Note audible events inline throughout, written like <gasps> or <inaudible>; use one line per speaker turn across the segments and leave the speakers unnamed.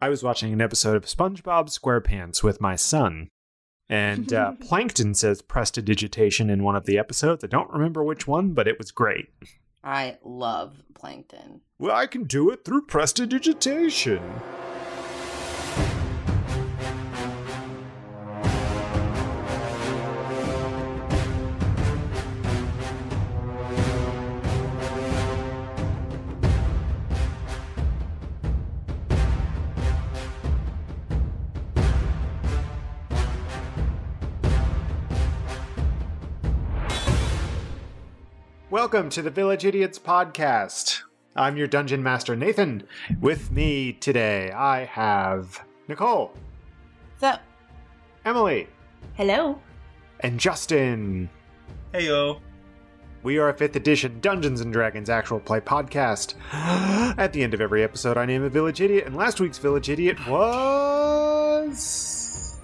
I was watching an episode of SpongeBob SquarePants with my son, and uh, Plankton says prestidigitation in one of the episodes. I don't remember which one, but it was great.
I love plankton.
Well, I can do it through prestidigitation. Welcome to the Village Idiots Podcast. I'm your dungeon master, Nathan. With me today, I have Nicole,
So,
Emily,
hello.
and Justin.
Heyo.
We are a 5th edition Dungeons and Dragons actual play podcast. <gasps> At the end of every episode, I name a village idiot, and last week's village idiot was.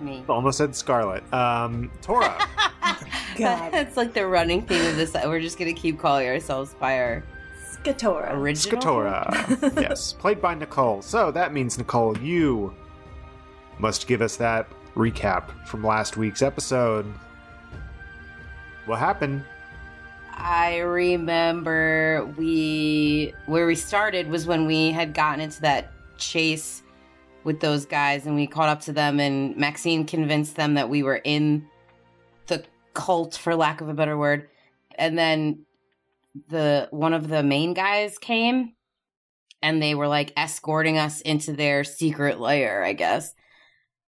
Me. <laughs>
Almost said Scarlet. Um, Tora.
God.
That's like the running theme of this. We're just gonna keep calling ourselves by our
<laughs>
<laughs>
Skatora.
original.
Skatora. yes, played by Nicole. So that means, Nicole, you must give us that recap from last week's episode. What happened?
I remember we where we started was when we had gotten into that chase with those guys and we caught up to them and Maxine convinced them that we were in the cult for lack of a better word and then the one of the main guys came and they were like escorting us into their secret lair I guess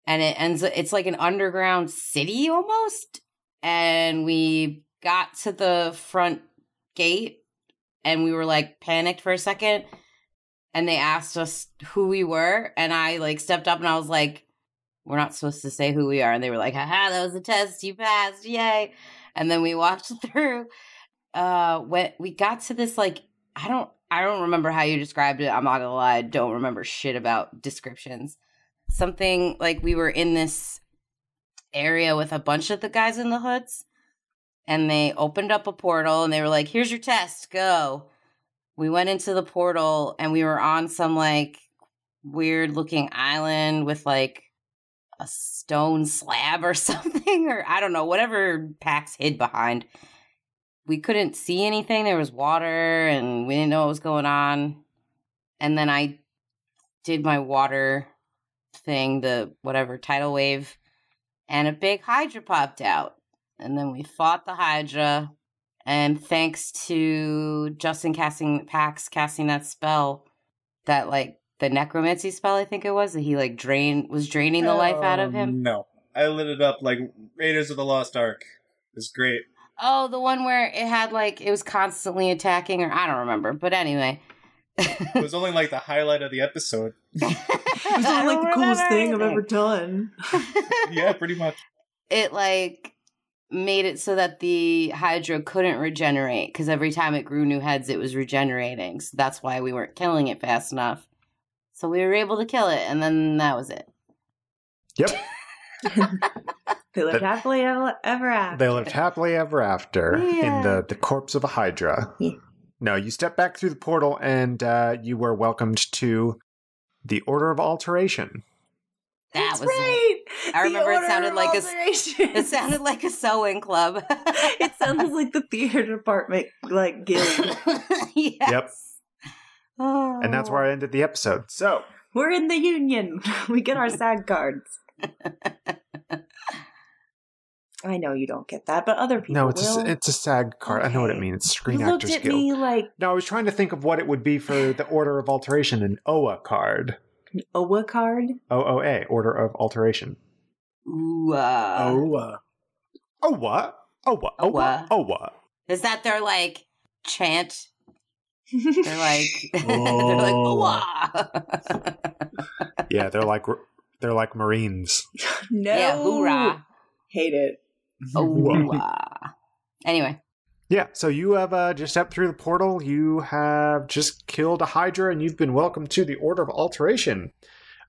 and it ends it's like an underground city almost and we got to the front gate and we were like panicked for a second and they asked us who we were and i like stepped up and i was like we're not supposed to say who we are and they were like haha that was a test you passed yay and then we walked <laughs> through uh when we got to this like i don't i don't remember how you described it i'm not gonna lie i don't remember shit about descriptions something like we were in this area with a bunch of the guys in the hoods and they opened up a portal and they were like, "Here's your test, go." We went into the portal and we were on some like weird looking island with like a stone slab or <laughs> something or I don't know, whatever Pax hid behind. We couldn't see anything. There was water and we didn't know what was going on. And then I did my water thing, the whatever tidal wave, and a big hydra popped out and then we fought the Hydra. And thanks to Justin casting Pax casting that spell, that like the necromancy spell, I think it was that he like drain was draining the life out of him.
Oh, No. I lit it up like Raiders of the Lost Ark. It's great.
Oh, the one where it had like it was constantly attacking, or I don't remember. But anyway,
It was only like the highlight of
<laughs>
the episode.
<laughs> It was
I
like
don't
the coolest
remember
thing I've
anything.
ever done.
Yeah, pretty much.
it like made it so that the hydra couldn't regenerate because every time it grew new heads it was regenerating so that's why we weren't killing it fast enough so we were able to kill it and then that was it
They lived happily ever ever after.
They lived happily ever after in
Yeah.
the, the corpse of a Hydra.
Yeah.
No, you step back through the portal and uh, you were welcomed to the Order of Alteration.
that
That's
was it
right.
I remember it
order
sounded
of
like a-
alteration.
it sounded like a sewing club
<laughs> it
<laughs>
sounded like the theater department like guild.
yes. oh.
And that's where I ended the episode. So,
We're in the union. <laughs> We get our sad cards. I know you don't get that, but other people
no, it's a,
will.
it's a SAG card. I know what it
Okay.
means. It's Screen
you looked
Actors
at
Guild.
me like
No, I was trying to think of what it would be for the Order of Alteration, an OA card.
Owa card. <laughs>
OOA, Order of Alteration.
Ooh, uh,
Oh.
uh.
OWA? OWA? OWA?
Owa.
OWA.
is that their like chant they're like <laughs> they're like
Oh.
"Wah."
Yeah, they're like they're like Marines.
no,
yeah hoorah
Hate it.
Ooh, uh. Anyway,
Yeah, so you have uh, just stepped through the portal. You have just killed a Hydra, and you've been welcomed to the Order of Alteration.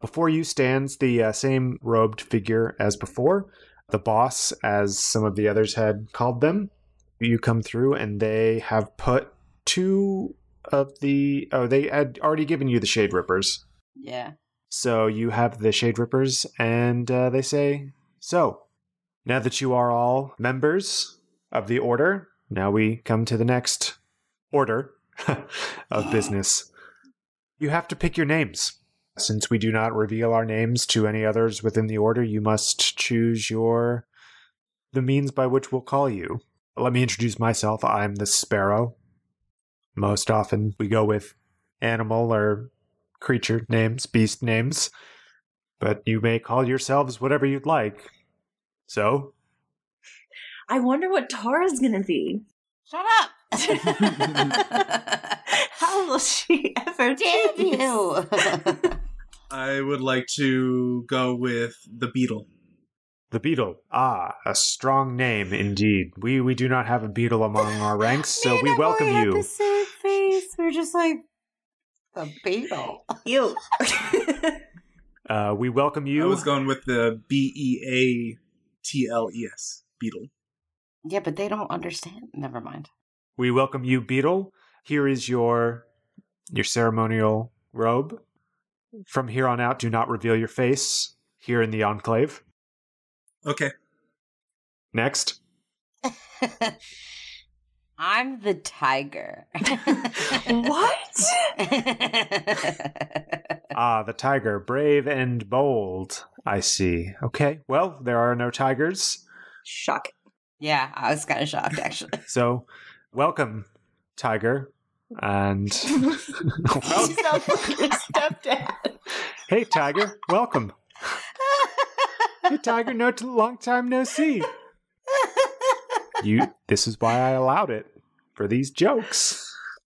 Before you stands the uh, same robed figure as before, the boss, as some of the others had called them. You come through, and they have put two of the. Oh, they had already given you the Shade Rippers.
yeah.
So you have the Shade Rippers, and uh, they say, So, now that you are all members of the Order, now we come to the next order <laughs> of business. You have to pick your names. Since we do not reveal our names to any others within the Order, you must choose your. the means by which we'll call you. Let me introduce myself. I'm the Sparrow. Most often we go with animal or creature names, beast names, but you may call yourselves whatever you'd like. So,
I wonder what Tara's gonna be.
Shut <laughs> up!
<laughs> How will she
dare
ever choose?
you?
I would like to go with the beetle.
the beetle. Ah, a strong name indeed. We we do not have a beetle among our ranks, so
Man,
we
I've
welcome
already had
you.
The same face. We're just like the beetle.
<laughs> Ew.
Uh, we welcome
I
you.
was going with the B E A T L E S beetle.
<laughs> Yeah, but they don't understand. Never mind.
we welcome you, beetle. Here is your your ceremonial robe. From here on out, do not reveal your face here in the enclave.
Okay,
Next,
I'm the tiger. <laughs>
what?
ah, the tiger, brave and bold. I see. Okay, well, there are no tigers.
Shocking.
yeah, I was kind of shocked actually.
So, welcome, Tiger. And Well,
stepdad.
<laughs>
hey, Tiger, welcome. Hey, Tiger, no t- long time no see. You. This is why I allowed it for these jokes.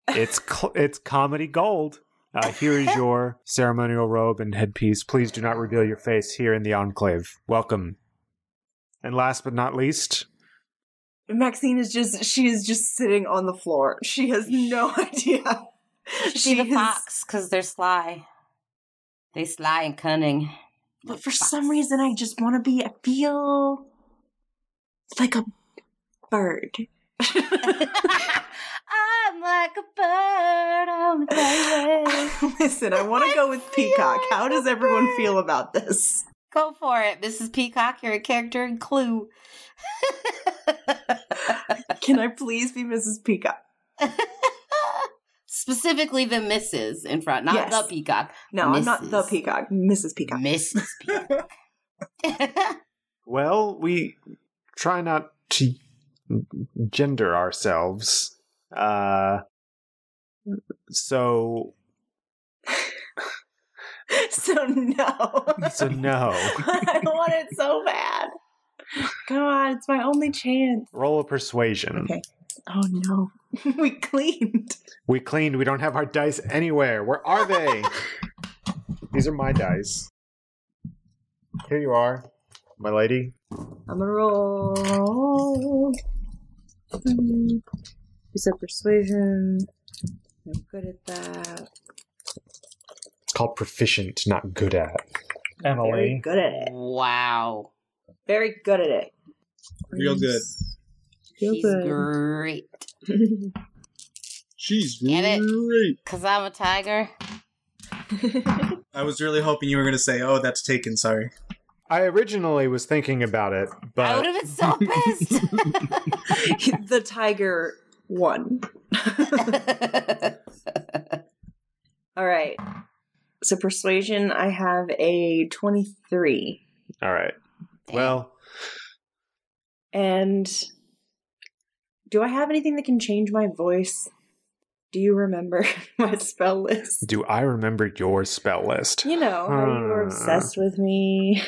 It's cl- it's comedy gold. Uh, here is your ceremonial robe and headpiece. Please do not reveal your face here in the enclave. Welcome. And last but not least,
Maxine is just she is just sitting on the floor. She has no idea. <laughs>
she the
is-
fox because they're sly. They sly and cunning.
But
The
for
fox.
<laughs> some reason I just wanna be I feel like a bird.
<laughs>
<laughs>
I'm like a bird on the highway.
<laughs> Listen, I wanna go with Peacock. How does everyone feel about this?
Go for it, Mrs. Peacock. You're a character in Clue. <laughs>
Can I please be Mrs. Peacock?
Specifically, the Mrs. in front, not
Yes.
the Peacock.
No, I'm not the
Mrs..
Peacock. Mrs. Peacock.
Mrs. Peacock.
Well, we try not to gender ourselves. Uh, so
<laughs> so no. <laughs>
so no.
I want it so bad. Come on, it's my only chance.
Roll a persuasion.
Okay. Oh no. <laughs> we cleaned.
We cleaned. We don't have our dice anywhere. Where are they? These are my dice. Here you are, my lady.
I'm gonna roll. Hmm. Is that persuasion? I'm good at that.
It's called proficient, not good at.
Very
Emily.
good at it.
wow.
Very good at it.
real good.
Feel
She's
good.
great.
She's
Get it?
great.
Because I'm a tiger.
I was really hoping you were going to say, "Oh, that's taken." Sorry.
I originally was thinking about it,
I would
but
have been so pissed. <laughs>
<laughs> the tiger won. <laughs> All right. So persuasion, I have a twenty-three.
all right. Well,
And do I have anything that can change my voice? Do you remember <laughs> my spell list?
do I remember your spell list?
You know, how you were
Hmm.
obsessed with me.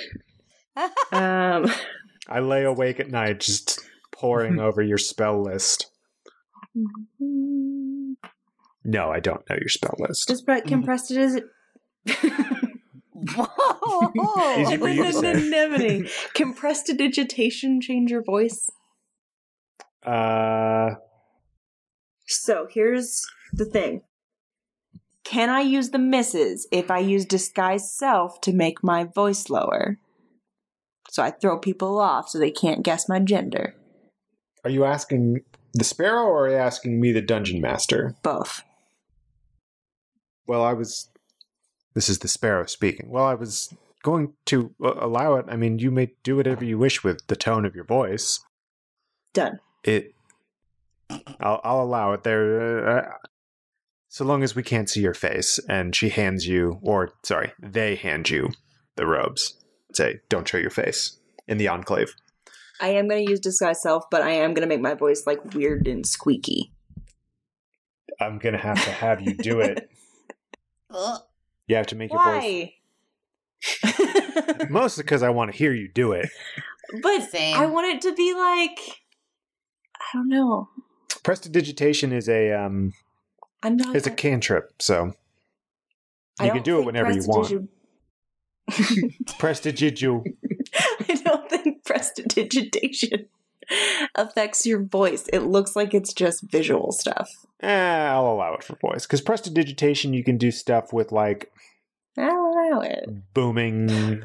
Um,
I lay awake at night just poring over your spell list. No, I don't know your spell list.
just pre- compressed it as it.
Whoa.
Easy for you
<laughs>
to say.
Anemone. Compressed to digitation change your voice.
Uh,
So here's the thing. Can I use the misses if I use disguise self to make my voice lower? So I throw people off so they can't guess my gender.
are you asking the sparrow, or are you asking me, the dungeon master?
Both.
Well, I was This is the sparrow speaking. Well, I was going to uh, allow it. I mean, you may do whatever you wish with the tone of your voice.
Done.
It. I'll, I'll allow it there. Uh, so long as we can't see your face. And she hands you, or sorry, they hand you the robes. Say, don't show your face in the enclave.
I am going to use disguise self, but I am going to make my voice like weird and squeaky.
I'm going to have to have you do <laughs> it. You have to make your voice. <laughs>
Why? but
Mostly because I want to hear you do it.
Same.
I want it to be like I don't know.
Prestidigitation is a um,
I'm not.
it's a cantrip, so
I
you
don't
can do it
think
whenever you want.
prestidig-
Prestidigio.
<laughs> I don't think prestidigitation affects your voice. It looks like it's just visual stuff.
Eh, I'll allow it for voice because prestidigitation you can do stuff with like
I don't know it.
Mm. booming,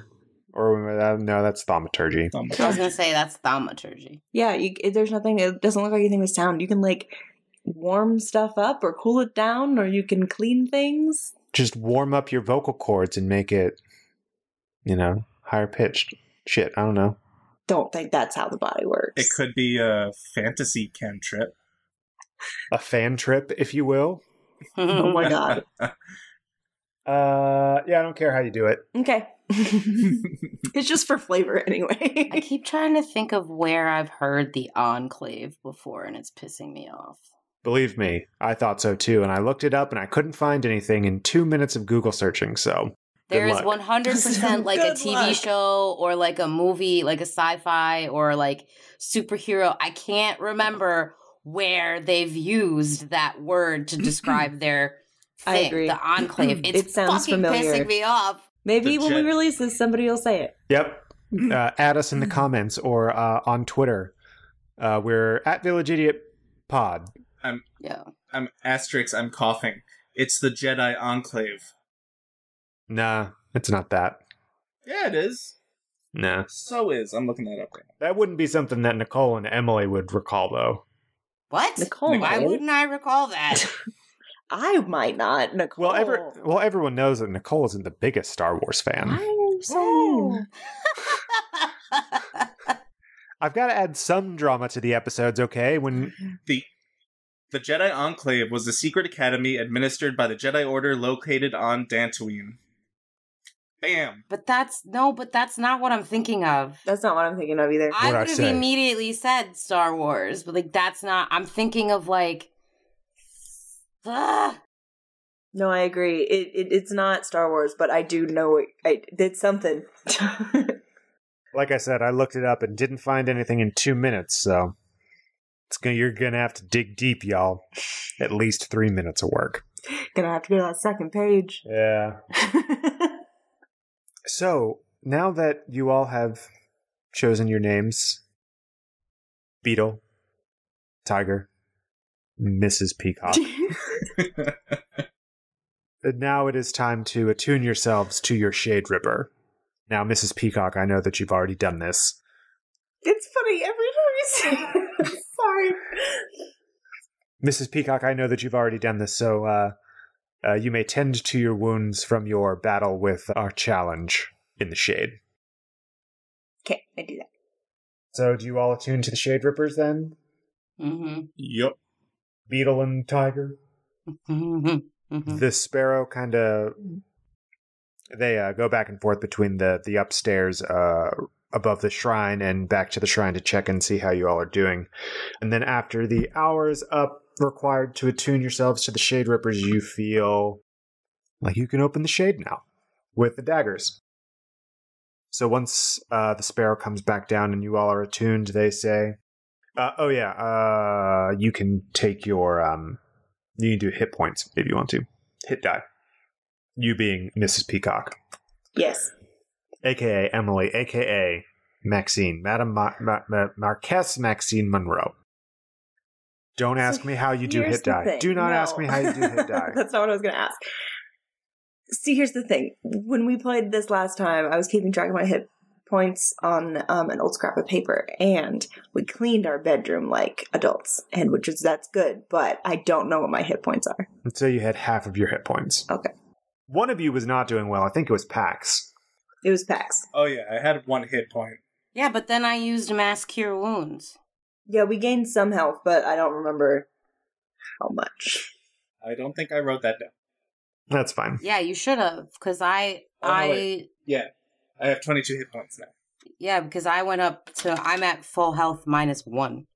or uh, no, that's thaumaturgy.
I was gonna say that's thaumaturgy.
Yeah, you, it- there's nothing. It doesn't look like anything with sound. You can like warm stuff up or cool it down, or you can clean things.
Just warm up your vocal cords and make it, you know, higher pitched. Shit, I don't know.
Don't think that's how the body works.
It could be a fantasy
<laughs>
cantrip.
A fan trip, if you will.
Mm.
Oh my god.
Uh, yeah, I don't care how you do it.
Okay. it's just for flavor anyway.
<laughs>
<laughs>
I keep trying to think of where I've heard the enclave before, and it's pissing me off.
Believe me, I thought so too, and I looked it up and I couldn't find anything in two minutes of Google searching. So Good
There is
luck.
one hundred percent like a
Good
TV
luck.
show or like a movie, like a sci-fi or like superhero. I can't remember where they've used that word to describe their
I
thing,
agree.
the
<clears throat>
enclave. It's
It sounds
fucking
familiar.
pissing me off.
Maybe
The
when we
jet-
release this, somebody will say it.
Yep. Uh, add us in the comments or uh, on Twitter. Uh, we're at Village Idiot Pod.
Yeah.
I'm asterisk. I'm coughing. It's the Jedi Enclave.
Nah, it's not that.
Yeah, it is.
Nah.
So is. I'm looking that up right
That wouldn't be something that Nicole and Emily would recall, though.
What?
Nicole,
Nicole?
Why wouldn't I recall that?
I might not. Nicole.
Well, ever well, everyone knows that Nicole isn't the biggest Star Wars fan.
I'm
Oh.
saying.
I've got to add some drama to the episodes, okay? When
The Jedi Enclave was a secret academy administered by the Jedi Order located on Dantooine. Bam!
<laughs>
<laughs>
but that's no, but that's not what I'm thinking of.
That's not what I'm thinking of either.
I
What'd I
would have
say?
immediately said Star Wars, but like that's not. I'm thinking of like. <sighs> Mm-hmm. Ugh.
No, I agree. It, it it's not Star Wars, but I do know it. I, it's something. <laughs>
like I said, I looked it up and didn't find anything in two minutes, so it's gonna, you're gonna have to dig deep, y'all. At least three minutes of work.
Gonna have to go to that second page.
Yeah. So now that you all have chosen your names, Beetle, Tiger, Mrs.
<laughs>
Peacock, and now it is time to attune yourselves to your Shade Ripper. Now, Mrs. Peacock, I know that you've already done this.
<laughs> it's funny every time you say. <laughs> Sorry.
Mrs. Peacock, I know that you've already done this, so uh, uh, you may tend to your wounds from your battle with our challenge in the Shade.
Okay, I do that.
So, do you all attune to the Shade Rippers then?
Mhm.
Yup.
Beetle and Tiger?
Mhm. Mhm.
the sparrow kind of they uh, go back and forth between the the upstairs uh above the shrine and back to the shrine to check and see how you all are doing and then after the hours up required to attune yourselves to the shade rippers you feel like you can open the shade now with the daggers so once uh, the sparrow comes back down and you all are attuned they say uh, oh yeah uh, you can take your um, you can do hit points if you want to. Hit die. You being Mrs. Peacock,
Yes.
aka Emily, aka Maxine, Madame Ma- Ma- Ma- Marquess Maxine Monroe. Don't ask me how you do
Here's
hit
the
die.
thing.
Do not
No.
ask me how you do
<laughs>
hit die.
That's not what I was going to ask. See, here's the thing. When we played this last time, I was keeping track of my hit points on um, an old scrap of paper, and we cleaned our bedroom like adults, and which is that's good. But I don't know what my hit points are.
And so you had half of your hit points.
Okay.
One of you was not doing well. I think it was Pax.
It was Pax.
Oh yeah, I had one hit point.
Yeah, but then I used mass cure wounds.
Yeah, we gained some health, but I don't remember how much.
I don't think I wrote that down.
That's fine.
Yeah, you should have, because I,
Oh, no,
I,
wait. Yeah, I have 22 hit points now.
yeah, because I went up to, I'm at full health minus one. <laughs>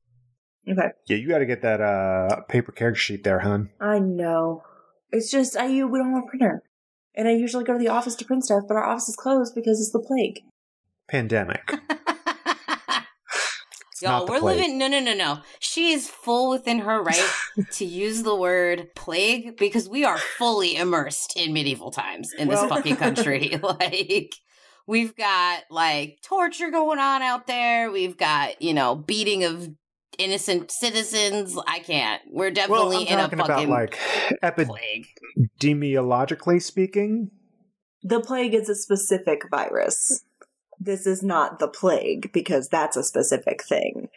Okay.
Yeah, you got to get that uh, paper character sheet there, hun.
I know. It's just I you we don't have a printer. And I usually go to the office to print stuff, but our office is closed because it's the plague.
Pandemic.
<laughs>
It's
Y'all,
not the
we're
plague.
living. No, no, no, no. She is full within her right to use the word plague because we are fully immersed in medieval times in this
<laughs>
Well-
fucking country. <laughs> like, we've got like torture going on out there. We've got, you know, beating of innocent citizens. I can't. We're
Well,
definitely
I'm talking
in a
about
fucking
like
plague.
epidemiologically speaking.
The plague is a specific virus. This is not the plague because that's a specific thing.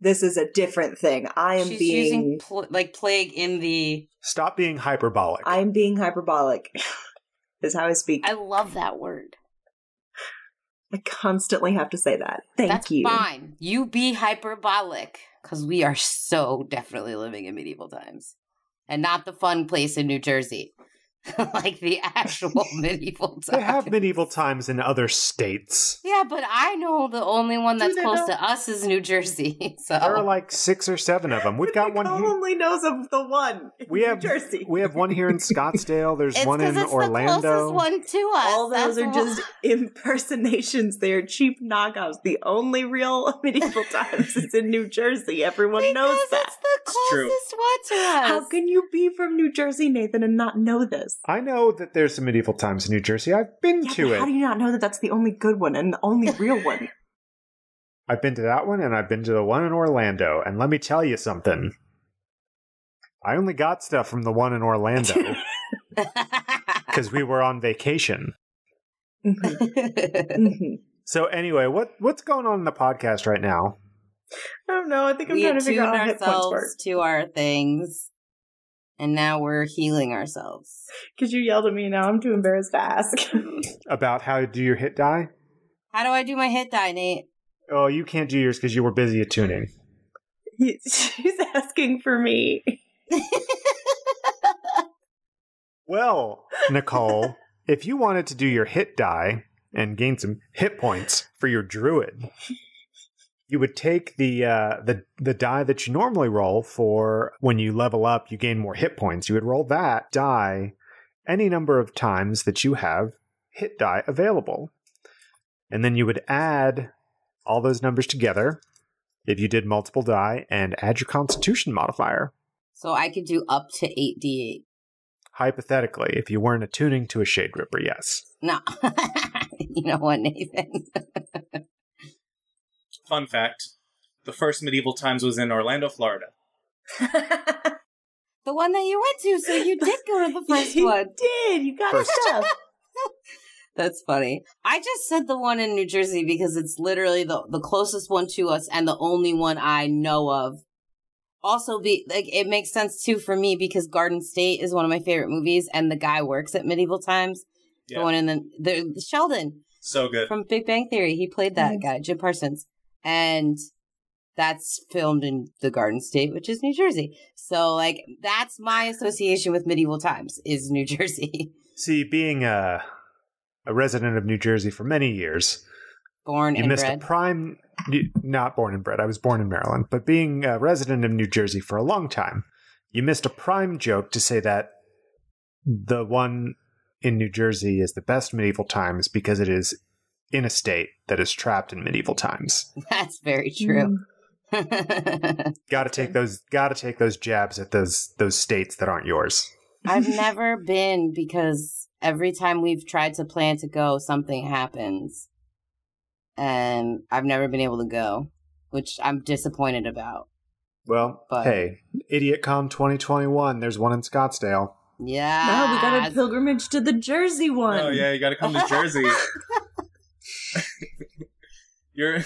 This is a different thing. I am
She's using
being
pl- like plague in the.
Stop being hyperbolic.
I'm being hyperbolic. <laughs> is how I speak.
I
I,
love that word.
constantly have to say that. Thank
That's
you.
fine. You be hyperbolic because we are so definitely living in medieval times and not the fun place in New Jersey, <laughs> like the
<laughs>
actual medieval times.
they have medieval times in other states.
Yeah, but I know the only one
Do
that's
they
close
know?
to us is New Jersey. <laughs> So
There are like six or seven of them. We've got one.
Nicole
Here.
only knows of the one. in
We
New
have-
Jersey.
We have one here in Scottsdale. There's
it's
one
because
in
it's
Orlando.
the closest one to us.
All those
That's
are just
<laughs>
impersonations. They are cheap knockoffs. The only real <laughs> medieval times is in New Jersey.
why-
Everyone
because
knows that.
it's the
It's true.
closest one to us. <laughs>
<laughs> How can you be from New Jersey, Nathan, and not know this?
I know that there's some medieval times in New Jersey. I've been
Yeah,
to
but
it.
How do you not know that that's the only good one and the only <laughs> real one?
I've been to that one, and I've been to the one in Orlando. And let me tell you something. I only got stuff from the one in Orlando because we were on vacation.
Mhm, mhm.
So anyway, what what's going on in the podcast right now?
I don't know. I think I'm
we
trying to
attuned
figure out how hit points work.
ourselves to our things, and now we're healing ourselves.
Because you yelled at me. Now I'm too embarrassed to ask. <laughs>
About how to do your hit die?
How do I do my hit die, Nate?
Oh, you can't do yours because you were busy attuning.
He- She's asking for me. <laughs>
Well, Nicole, if you wanted to do your hit die and gain some hit points for your druid, you would take the uh, the the die that you normally roll for when you level up. You gain more hit points. You would roll that die any number of times that you have hit die available, and then you would add all those numbers together if you did multiple die and add your Constitution modifier.
So I could do up to 8d8.
Hypothetically, if you weren't attuning to a Shade Ripper, yes.
No. <laughs> you know what, Nathan? <laughs>
Fun fact: the first medieval times was in Orlando, Florida.
The one that you went to, so you did go to the <laughs> first
you
one.
did. You got
First.
<laughs> stuff.
That's funny. I just said the one in New Jersey because it's literally the, the closest one to us and the only one I know of. Also, be like it makes sense too for me because Garden State is one of my favorite movies, and the guy works at medieval times.
Yeah.
The one in the, the Sheldon.
So good.
from Big Bang Theory. He played that
Mhm.
guy, Jim Parsons, and that's filmed in the Garden State, which is New Jersey. So, like, that's my association with medieval times is New <laughs> Jersey.
See, being a a resident of New Jersey for many years,
Born
you
and
missed
bred.
a prime. you- Not born and bred. I was born in Maryland, but being a resident of New Jersey for a long time, you missed a prime joke to say that the one in New Jersey is the best medieval times because it is in a state that is trapped in medieval times.
<laughs> that's very
Mm-hmm.
true. <laughs>
Got to take those. Got to take those jabs at those those states that aren't yours.
I've never been because every time we've tried to plan to go, something happens. And I've never been able to go, which I'm disappointed about.
Well,
But-
hey, IdiotCon 2021. There's one in Scottsdale.
Yeah.
Wow, we got a pilgrimage to the Jersey one.
Oh yeah, you got to come to
<laughs>
Jersey. <laughs> You're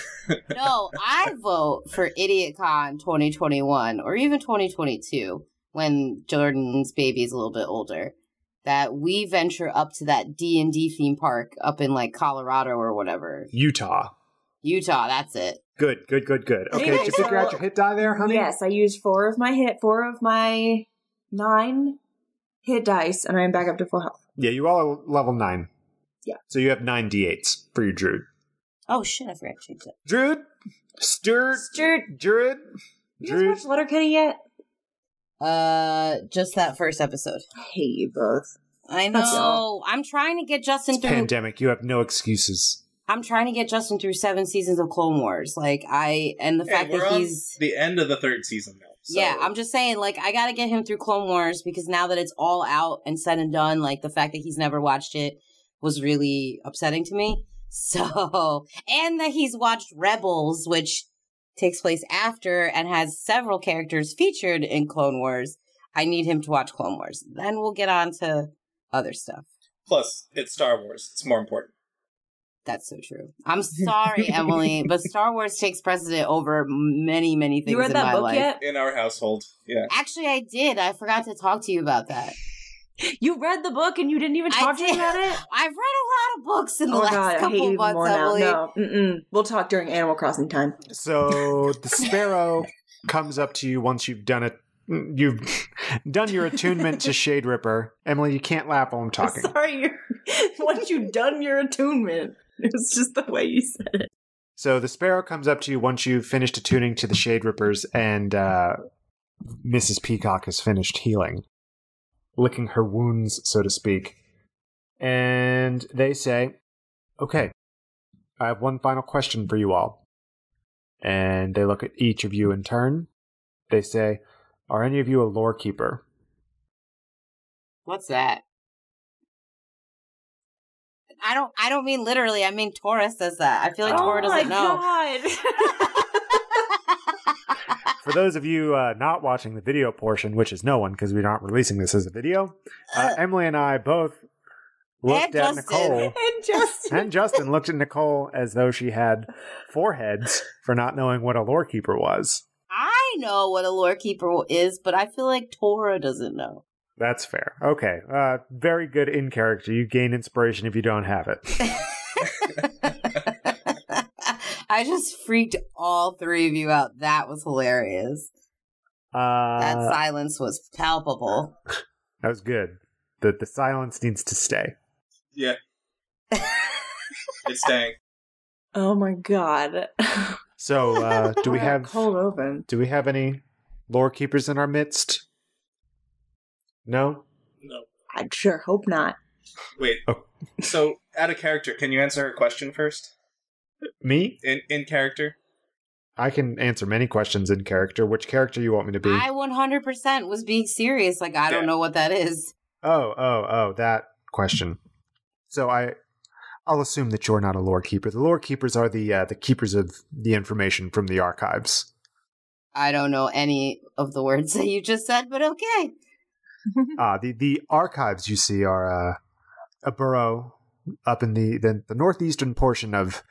no, I vote for IdiotCon 2021 or even 2022 when Jordan's baby's a little bit older. that we venture up to that D and D theme park up in like Colorado or whatever,
Utah.
Utah. That's it.
Good, good, good, good. Okay,
Yeah,
did you figure out
so-
your hit die there, honey?
Yes, I used four of my hit, four of my nine hit dice, and I am back up to full health.
Yeah, you all are level nine.
Yeah.
So you have nine d8s for your druid.
Oh shit! I forgot to change it.
Druid, Stuart,
Stuart,
druid,
you guys
druid.
watch Letterkenny yet?
Uh, just that first episode.
I hate you both.
I
That's
know. I'm trying to get Justin
It's
through.
pandemic. You have no excuses.
I'm trying to get Justin through seven seasons of Clone Wars. Like I and the
Hey,
fact
we're
that
on
he's
the end of the third season now. so-
yeah. I'm just saying, like I gotta get him through Clone Wars because now that it's all out and said and done, like the fact that he's never watched it was really upsetting to me. <laughs> So and that he's watched Rebels, which takes place after and has several characters featured in Clone Wars. I need him to watch Clone Wars. Then we'll get on to other stuff.
Plus, it's Star Wars. It's more important.
That's so true. I'm
<laughs>
sorry, Emily, but Star Wars takes precedent over many, many things
You read
in
that
my
book
life.
yet?
In our household, yeah.
Actually, I did. I forgot to talk to you about that.
You read the book and you didn't even
I
talk to me
did.
about <laughs> it?
I've read a lot of books in the
Oh my
last
god, I hate
couple
you even
months,
more now.
Emily.
No, mm-mm. we'll talk during Animal Crossing time.
So the
<laughs>
sparrow comes up to you once you've done it. You've done your attunement to Shade Ripper. Emily, you can't laugh while I'm <laughs> talking.
Sorry, you're, <laughs> once you've done your attunement, it's just the way you said.
So the sparrow comes up to you once you've finished attuning to the Shade Rippers, and uh, Mrs. Peacock has finished healing, licking her wounds, so to speak. And they say, Okay, I have one final question for you all. And they look at each of you in turn. They say, Are any of you a lore keeper?
What's that? I don't. I don't mean literally. I mean Taurus does that. I feel like
Oh
Taurus doesn't
my
know.
<laughs>
For those of you uh, not watching the video portion, which is no one because we're not releasing this as a video, uh, Emily and I both looked
And
at
Justin.
Nicole.
and just
And Justin looked at Nicole as though she had four heads for not knowing what a lore keeper was.
I know what a lore keeper is, but I feel like Tora doesn't know. <laughs>
That's fair. Okay. Uh, very good in character. You gain inspiration if you don't have it.
I just freaked all three of you out. That was hilarious. That
Uh,
silence was palpable.
that was good. The, the silence needs to stay.
Yeah. it's staying.
<laughs> oh my god,
So, uh, do
<laughs>
we
Wow,
have
cold open?
do we have any lore keepers in our midst? No.
No.
I sure hope not.
Wait.
Oh.
So, out of character, can you answer her question first?
Me?
In in character?
I can answer many questions in character. Which character you want me to be?
I 100% was being serious. Like, I don't
Yeah.
know what that is.
Oh, oh, oh, that question. So I I'll assume that you're not a lore keeper. The lore keepers are the uh, the keepers of the information from the archives.
I don't know any of the words <laughs> that you just said, but okay.
Uh the the archives you see are uh, a borough up in the, the the northeastern portion of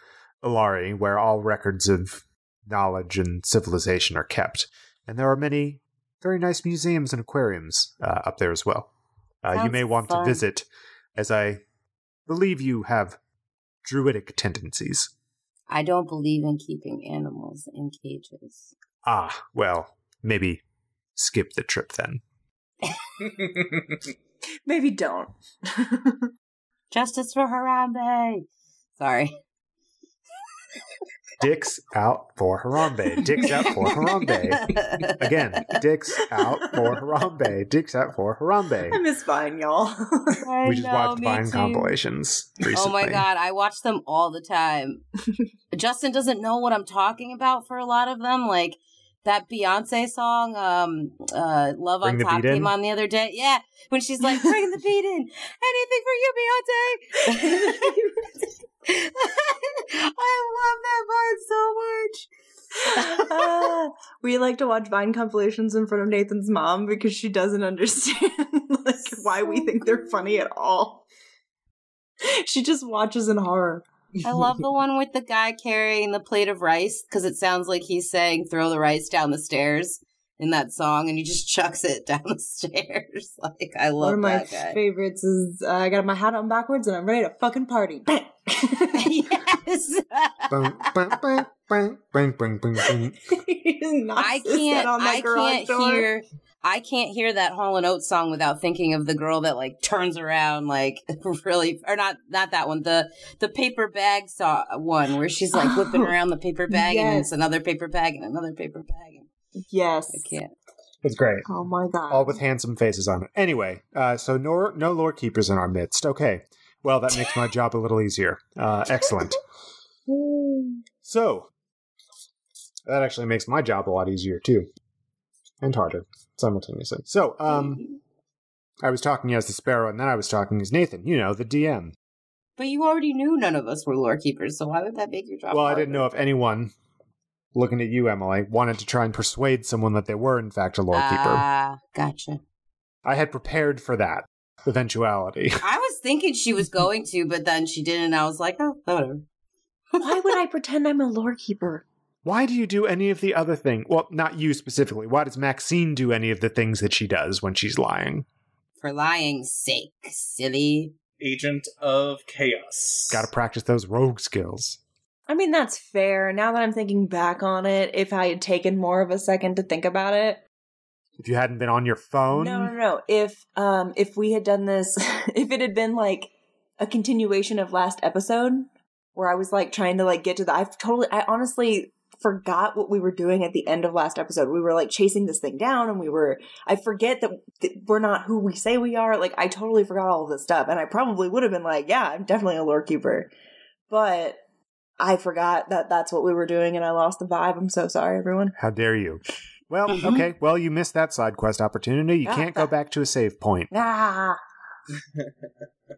Ilari where all records of knowledge and civilization are kept. And there are many very nice museums and aquariums uh, up there as well. Uh, you
Sounds
may want
fun.
to visit as I believe you have druidic tendencies.
I don't believe in keeping animals in cages.
Ah, well, maybe skip the trip then.
Maybe don't. <laughs>
Justice for Harambe. Sorry.
<laughs> Dicks out for Harambe. Dicks out
<laughs>
for Harambe. Again, dicks out for Harambe. Dicks out for
I
Harambe.
miss Vine,
<laughs>
y'all. <laughs>
I
We just
know,
watched
me
Vine
too.
compilations recently.
Oh my
<laughs>
god, I watch them all the time. <laughs> Justin doesn't know what I'm talking about for a lot of them, like that Beyonce song, um, uh, "Love
Bring
on
the
Top"
Beat In?
came on the other day. Yeah, when she's like, "Bring the beat in, anything for you, Beyonce." I love that part so much.
Uh, <laughs> we like to watch Vine compilations in front of Nathan's mom because she doesn't understand <laughs> like why we think they're funny at all. <laughs> She just watches in horror.
I <laughs> love the one with the guy carrying the plate of rice because it sounds like he's saying, "Throw the rice down the stairs." in that song, and he just chucks it <laughs> down the stairs. <laughs> Like I
One
love
of my
that guy.
favorites is uh, I got my hat on backwards and I'm ready to fucking party. <laughs> Bam!
<laughs> yes.
Bang, bang, bang, bang, bang, bang, bang, bang.
He just knocks <laughs>
I
his head
can't.
on that
I
garage
can't
door.
hear. I can't hear that Hall and Oates song without thinking of the girl that like turns around, like <laughs> really, or not, not that one. The the paper bag saw one where she's like whipping
<gasps> Oh,
around the paper bag, and it's
yes.
another paper bag and another paper bag.
Yes.
I can't.
It's great.
Oh my god.
All with handsome faces on it. Anyway, uh, so no, no lore keepers in our midst. Okay. Well, that makes my job a little easier. Uh, excellent. So that actually makes my job a lot easier too, and harder simultaneously. So, um, I was talking as the sparrow, and then I was talking as Nathan. You know, the DM.
But you already knew none of us were lore keepers, so why would that make your job?
Well, I
harder?
didn't know if anyone looking at you, Emily, wanted to try and persuade someone that they were in fact a lore
Uh,
keeper.
Ah, gotcha.
I had prepared for that eventuality. <laughs>
I was thinking she was going to, but then she didn't. And I was like, oh, whatever.
Why would I pretend I'm a lore keeper?
Why do you do any of the other thing? Well, not you specifically. Why does Maxine do any of the things that she does when she's lying?
For lying's sake, silly.
Agent of Chaos.
Got to practice those rogue skills.
I mean, that's fair. Now that I'm thinking back on it, if I had taken more of a second to think about it.
If you hadn't been on your phone,
No, no, no. If um if we had done this <laughs> if it had been like a continuation of last episode where I was like trying to like get to the I've totally I honestly forgot what we were doing at the end of last episode. We were like chasing this thing down and we were I forget that, that we're not who we say we are. Like I totally forgot all of this stuff and I probably would have been like, yeah, I'm definitely a lore keeper. But I forgot that that's what we were doing and I lost the vibe. I'm so sorry everyone.
how dare you?
<laughs>
Well,
Mhm.
okay. Well, you missed that side quest opportunity. You
Ah,
can't go
ah.
back to a save point.
Ah.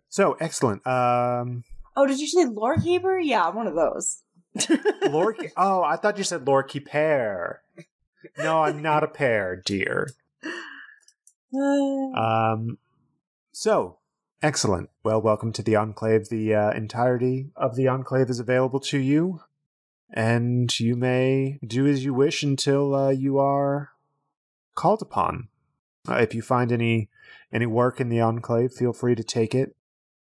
So excellent. Um,
Oh, did you say lore keeper? Yeah, I'm one
<laughs>
of those. Uh,
Lore. oh, I thought you said Lorky pear. No, I'm not a pear, dear.
Uh,
Um, so excellent. Well, welcome to the Enclave. The uh, entirety of the Enclave is available to you, and you may do as you wish until uh, you are called upon. Uh, if you find any any work in the Enclave, feel free to take it.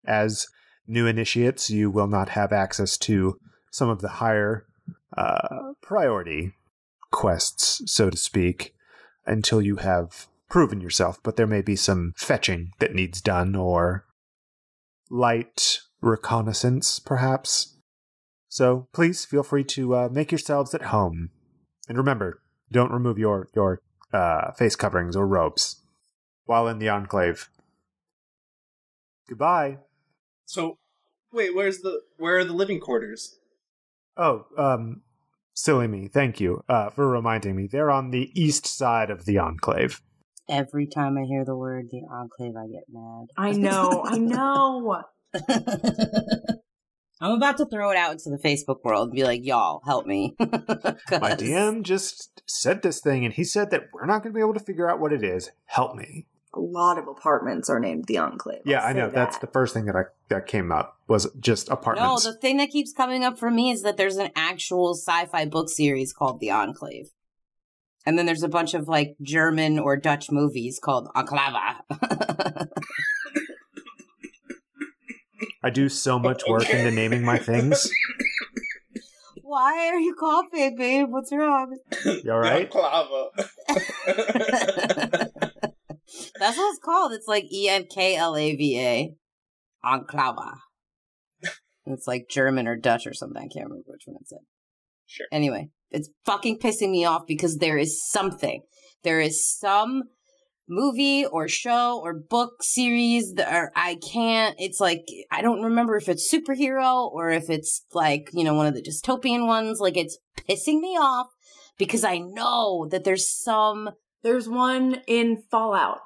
As new initiates, you will not have access to some of the higher uh, priority quests, so to speak, until you have proven yourself, but there may be some fetching that needs done or light reconnaissance, perhaps. So please feel free to uh, make yourselves at home. And remember, don't remove your, your uh, face coverings or robes while in the Enclave. Goodbye.
So, wait, where's the where are the living quarters?
Oh, um, silly me. Thank you uh, for reminding me. They're on the east side of the Enclave.
Every time I hear the word the enclave, I get mad.
<laughs>
I know, I know.
<laughs> I'm about to throw it out into the Facebook world and be like, y'all, help me. <laughs> 'Cause-
My DM just said this thing, and he said that we're not going to be able to figure out what it is. Help me.
A lot of apartments are named the Enclave.
Yeah,
I'll
I
say
know. That's the
that.
first thing that I that came up was just
No,
apartments.
the thing that keeps coming up for me is that there's an actual sci fi book series called The Enclave. And then there's a bunch of like German or Dutch movies called <laughs> Enclava.
I do
<laughs>
so much work into naming my things.
Why are you coughing, babe? What's wrong?
You all right?
Clava.
That's what it's called. It's like E N K L A V A, Enclava. It's like German or Dutch or something. I can't remember which one it said.
Sure.
Anyway, it's fucking pissing me off because there is something. There is some movie or show or book series that are, I can't. It's like I don't remember if it's superhero or if it's like you know one of the dystopian ones. Like it's pissing me off because I know that there's some.
There's one in Fallout.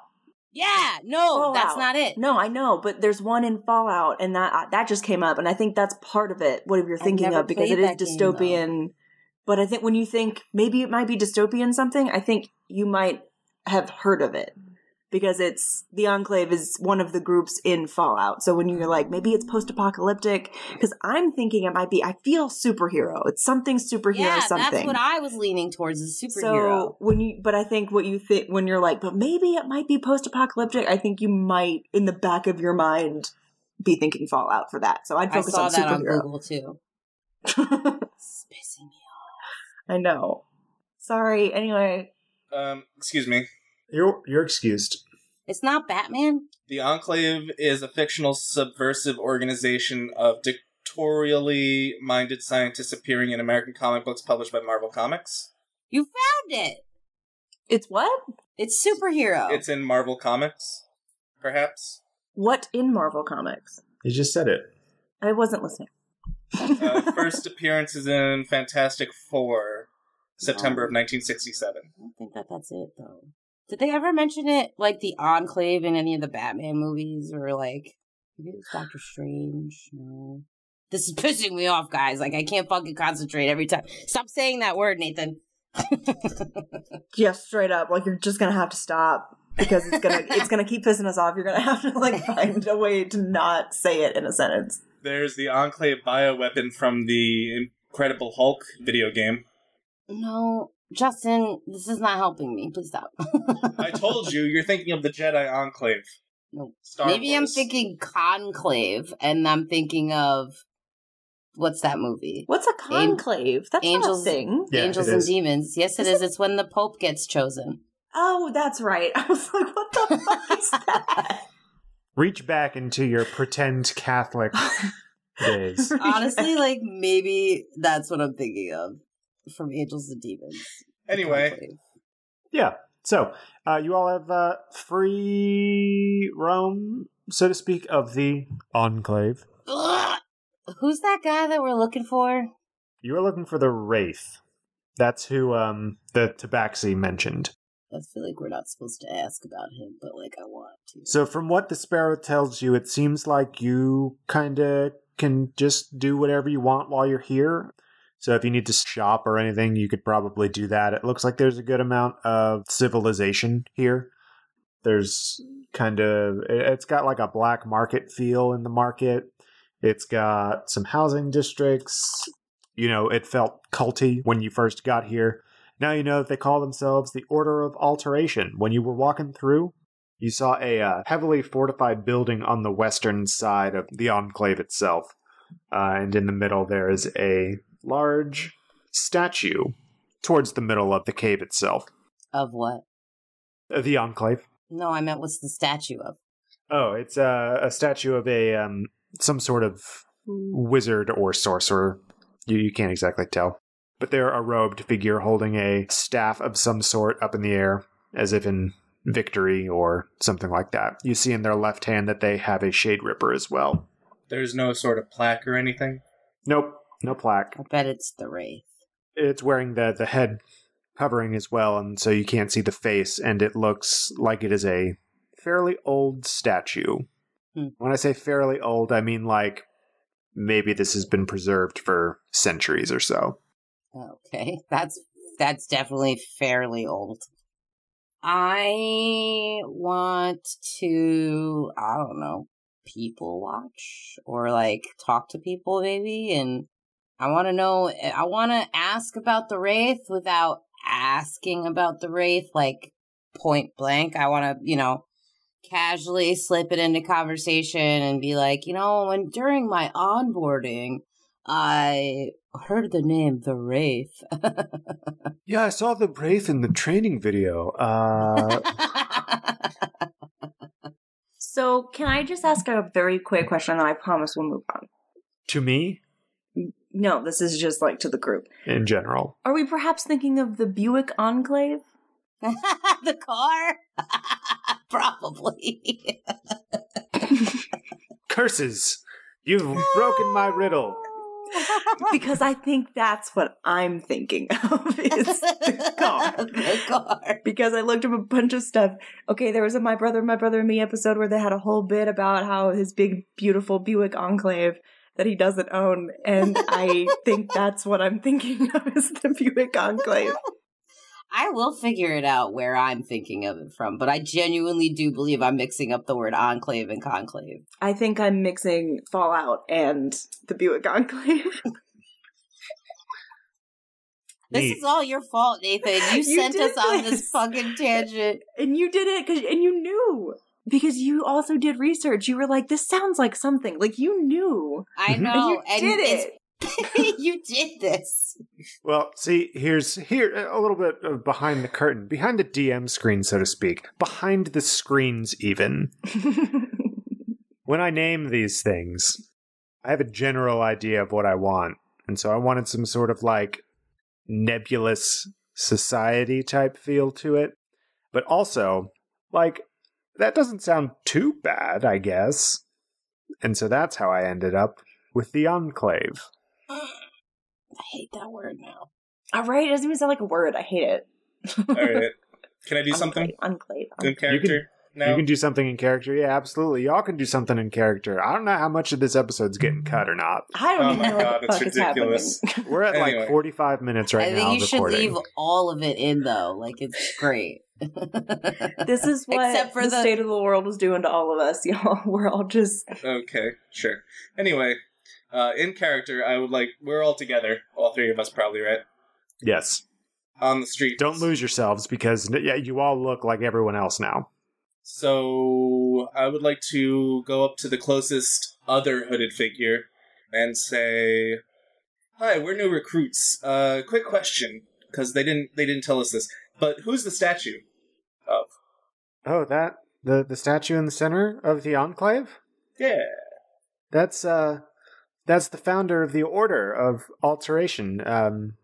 Yeah, no,
Fallout.
that's not it.
No, I know, but there's one in Fallout, and that uh, that just came up, and I think that's part of it. What you're
I've
thinking
never
of because
played
it is
that game, though.
dystopian. but I think when you think maybe it might be dystopian something, I think you might have heard of it because it's the Enclave is one of the groups in Fallout. So when you're like, maybe it's post apocalyptic, because I'm thinking it might be, I feel superhero. It's something superhero
yeah,
something.
that's what I was leaning towards is superhero.
so when you, but I think what you think when you're like, but maybe it might be post apocalyptic, I think you might, in the back of your mind, be thinking Fallout for that. So I'd
I
focus
saw
on
that on
superhero.
Google too. It's pissing me off.
<laughs> I know. Sorry. Anyway,
<laughs> Um, excuse me.
You're you're excused.
It's not Batman.
The Enclave is a fictional subversive organization of dictatorially minded scientists appearing in American comic books published by Marvel Comics.
You found it.
it's what?
It's superhero.
It's in Marvel Comics, perhaps.
What in Marvel Comics?
You just said it.
I wasn't listening.
Uh,
<laughs>
first appearance is in Fantastic Four, September of 1967.
I don't think that that's it though. Did they ever mention it like the Enclave in any of the Batman movies or like maybe it was Doctor Strange? No. This is <laughs> pissing me off, guys. Like I can't fucking concentrate every time. Stop saying that word, Nathan. <laughs>
yeah, straight up. Like you're just gonna have to stop because
<laughs>
it's gonna it's gonna keep pissing us off. You're gonna have to like find a way to not say it in a sentence.
There's the Enclave bioweapon from the Incredible Hulk video game.
no, Justin, this is not helping me. Please stop. <laughs>
I told you, you're thinking of the Jedi Enclave.
Nope.
Star
Maybe I'm
Wars.
thinking conclave, and I'm thinking of what's that movie?
What's a conclave? That's
Angels-
not a thing.
Yeah,
Angels
it
and
is.
Demons. Yes, it
Is
is. It's when the Pope gets chosen.
Oh, that's right. <laughs> I was like, what the fuck <laughs> is that?
Reach back into your pretend
<laughs>
Catholic days.
Honestly, like maybe that's what I'm thinking of from Angels and Demons.
Anyway,
Conclave.
Yeah. So uh, you all have uh, free roam, so to speak, of the enclave.
Ugh. who's that guy that we're looking for?
You are looking for the wraith. That's who um, the Tabaxi mentioned.
I feel like we're not supposed to ask about him, but like I want to.
So, from what the sparrow tells you, it seems like you kind of can just do whatever you want while you're here. So, if you need to shop or anything, you could probably do that. It looks like there's a good amount of civilization here. There's kind of, it- it's got like a black market feel in the market. It's got some housing districts. You know, it felt culty when you first got here. Now you know that they call themselves the Order of Alteration. When you were walking through, you saw a uh, heavily fortified building on the western side of the enclave itself. Uh, and in the middle, there is a large statue towards the middle of the cave itself.
Of what?
Uh, the enclave.
No, I meant what's the statue of?
Oh, it's uh, a statue of a um, some sort of wizard or sorcerer. You, you can't exactly tell. But they're a robed figure holding a staff of some sort up in the air, as if in victory or something like that. You see in their left hand that they have a shade ripper as well.
there's no sort of plaque or anything.
<laughs> Nope, no plaque.
I bet it's the Wraith.
It's wearing the the head covering as well, and so you can't see the face, and it looks like it is a fairly old statue.
Hmm.
When I say fairly old, I mean like maybe this has been preserved for centuries or so.
Okay, that's that's definitely fairly old. I want to, I don't know, people watch or like talk to people maybe and I want to know eh, I want to ask about the wraith without asking about the wraith like point blank. I want to, you know, casually slip it into conversation and be like, you know, when during my onboarding, I heard the name the Wraith.
Uh.
Yeah, I saw the Wraith in the training video. Uh,
So can I just ask a very quick question and I promise we'll move on?
<laughs> to me,
No, this is just like to the group.
in general.
Are we perhaps thinking of the Buick Enclave?
<laughs> the car? <laughs> Probably.
Curses! You've broken my
<laughs>
riddle.
because I think that's what I'm thinking of. <laughs> It's the car.
<laughs> The car.
Because I looked up a bunch of stuff. Okay, there was a My Brother, My Brother and Me episode where they had a whole bit about how his big, beautiful Buick Enclave that he doesn't own.
<laughs>
And I think that's what I'm thinking of is the Buick Enclave.
I will figure it out where I'm thinking of it from, but I genuinely do believe I'm mixing up the word enclave and conclave.
I think I'm mixing Fallout and the Buick Enclave. <laughs>
This is all your fault, Nathan. You,
<laughs> You
sent us
did
on this
this.
fucking tangent.
and you did it because and you knew because you also did research. You were like, "This sounds like something." Like you
<laughs>
knew.
I
Mhm.
know.
and <laughs> you did it.
it. <laughs> you did this.
Well, see, here's here a little bit of behind the curtain, behind the DM screen, so to speak, behind the screens, even. When I name these things, I have a general idea of what I want. And so I wanted some sort of like nebulous society type feel to it. But also, like, that doesn't sound too bad, I guess. And so that's how I ended up with the Enclave.
I hate that word now.
All right, it doesn't even sound like a word. I hate it.
All right. Can I do something
<laughs> Enclave.
in character
You
now?
can do something in character. Yeah, absolutely. Y'all can do something in character. I don't know how much of this episode's getting cut or not.
I don't
Oh
even
my
know what
God,
the
that's
fuck is
ridiculous.
happening.
We're at
Anyway.
like 45 minutes right
I
now.
think
of
you should
recording.
leave all of it in though. Like it's great.
<laughs>
<laughs>
this is what
Except for
the,
the-
state of the world is doing to all of us, <laughs> y'all. We're all just
Okay, sure. Anyway, uh, in character, I would like we're all together, all three of us probably, right?
Yes.
On the street.
Don't lose yourselves because yeah, you all look like everyone else now.
So I would like to go up to the closest other hooded figure and say, "Hi, we're new recruits. Uh, quick question, because they didn't they didn't tell us this, but who's the statue?
Oh, that the the statue in the center of the enclave?
Yeah,
That's uh that's the founder of the order of alteration. Um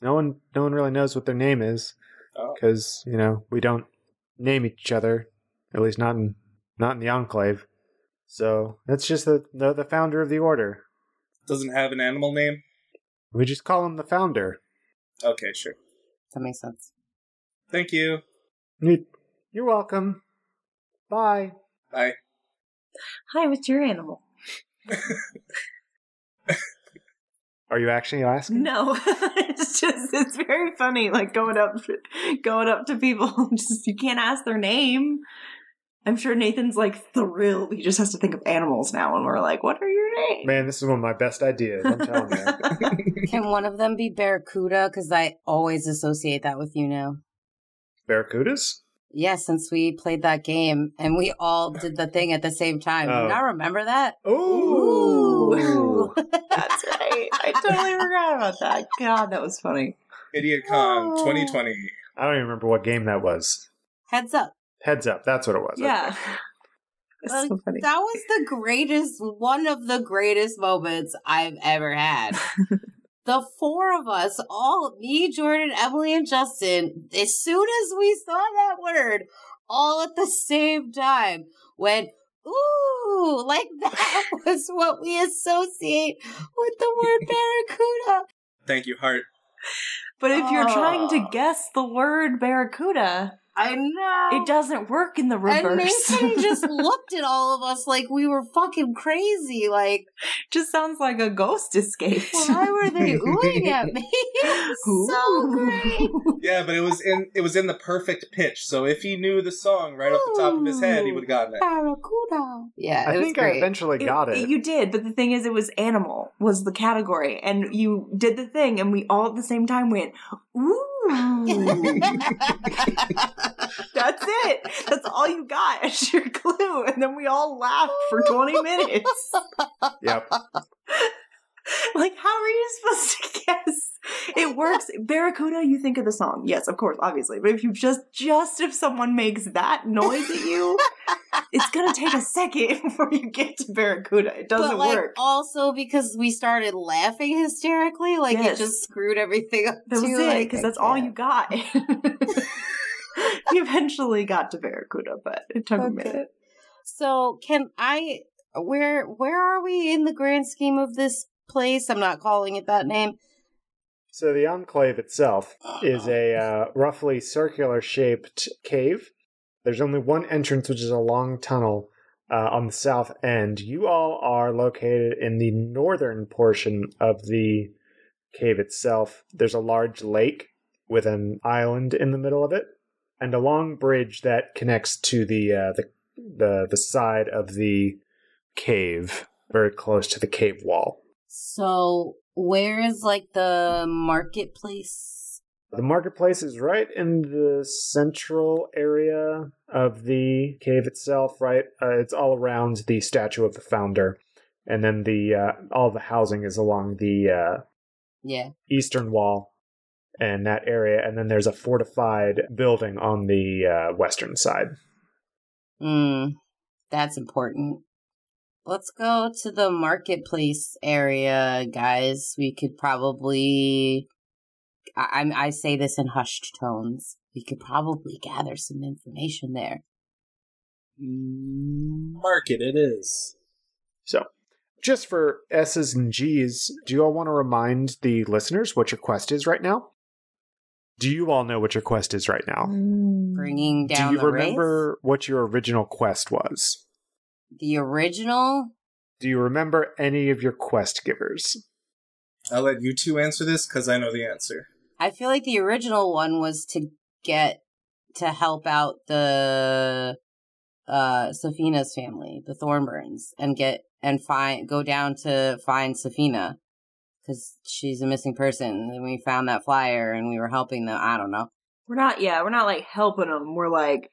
no one no one really knows what their name is
Oh.
cuz you know, we don't name each other at least not in not in the enclave. So, that's just the the, the founder of the order.
doesn't have an animal name.
We just call him the founder.
Okay, sure.
That makes sense.
Thank you.
You- You're welcome. Bye.
Bye.
hi. What's your animal?
Are you actually asking?
No, <laughs> it's just it's very funny. Like going up, going up to people. <laughs> Just you can't ask their name. I'm sure Nathan's like thrilled. He just has to think of animals now, and we're like, "What are your names?"
Man, this is one of my best ideas. I'm telling
<laughs>
you.
Can one of them be barracuda? Because I always associate that with you now.
Barracudas?
Yeah, since we played that game and we all did the thing at the same time. Do
Oh.
you not remember that?
Ooh.
That's right. I totally forgot about that. God, that was funny.
IdiotCon
Oh.
2020.
I don't even remember what game that was.
<laughs> Heads up.
Heads up, that's what it was.
Yeah, it's so
Like,
funny.
That was the greatest, one of the greatest moments I've ever
<laughs>
had. the four of us, all me, Jordan, Emily, and Justin, as soon as we saw that word, all at the same time, went, ooh, like <laughs> that was what we associate with the
<laughs>
word barracuda.
Thank you, Hart.
But if you're trying to
Oh.
guess the word barracuda,
I know.
it doesn't work in the
And
reverse. <laughs>
Nathan just looked at all of us like we were fucking crazy. Like,
just sounds like a ghost escaped.
why were they oohing
<laughs>
at me? <laughs> It was so great.
Yeah, but it was in it was in the perfect pitch. So if he knew the song right off the top of his head, he would have gotten it.
Barracuda. Yeah, it
I
was
think <laughs> I
great.
eventually got it.
You did, but the thing is, it was animal was the category, and you did the thing, and we all at the same time went,
<laughs>
"Ooh, that's it! That's all you got. It's your clue." And then we all laughed for twenty
<laughs>
minutes.
Yep.
Like, how are you supposed to <laughs> guess? It works. Barracuda. You think of the song, yes, of course, obviously. But if you just, just if someone makes that noise at
<laughs>
you, it's gonna take a second <laughs> before you get to Barracuda. It doesn't
but like
work.
also because we started laughing hysterically, like
Yes.
it just screwed everything up.
That was
too,
it,
like,
because
I
that's all you
can't.
got. <laughs> he eventually got to Barracuda, but it took a
Okay.
minute.
So can I? Where where are we in the grand scheme of this place? I'm not calling it that name.
So the enclave itself is a uh, roughly circular shaped cave. There's only one entrance, which is a long tunnel uh, on the south end. You all are located in the northern portion of the cave itself. There's a large lake with an island in the middle of it, and a long bridge that connects to the uh, the, the the side of the cave, very close to the cave wall.
So where is like the marketplace?
The marketplace is right in the central area of the cave itself. Right, uh, it's all around the statue of the founder, and then the uh, all the housing is along the uh,
Yeah.
eastern wall and that area, and then there's a fortified building on the uh, western side.
Mm, that's important. Let's go to the marketplace area, guys. We could probably. I, I'm- I say this in hushed tones. We could probably gather some information there.
Mm.
Market it is.
So, just for S's and G's, do you all want to remind the listeners what your quest is right now? Do you all know what your quest is right now?
Bringing Mm, down
do you
the
remember
wraith?
what your original quest was?
the original.
Do you remember any of your quest givers?
I'll let you two answer this because I know the answer.
I feel like the original one was to get to help out the uh Safina's family, the Thornburns, and get and find go down to find Safina because she's a missing person. And we found that flyer and we were helping them. I don't know.
We're not, yeah, we're not like helping them. We're like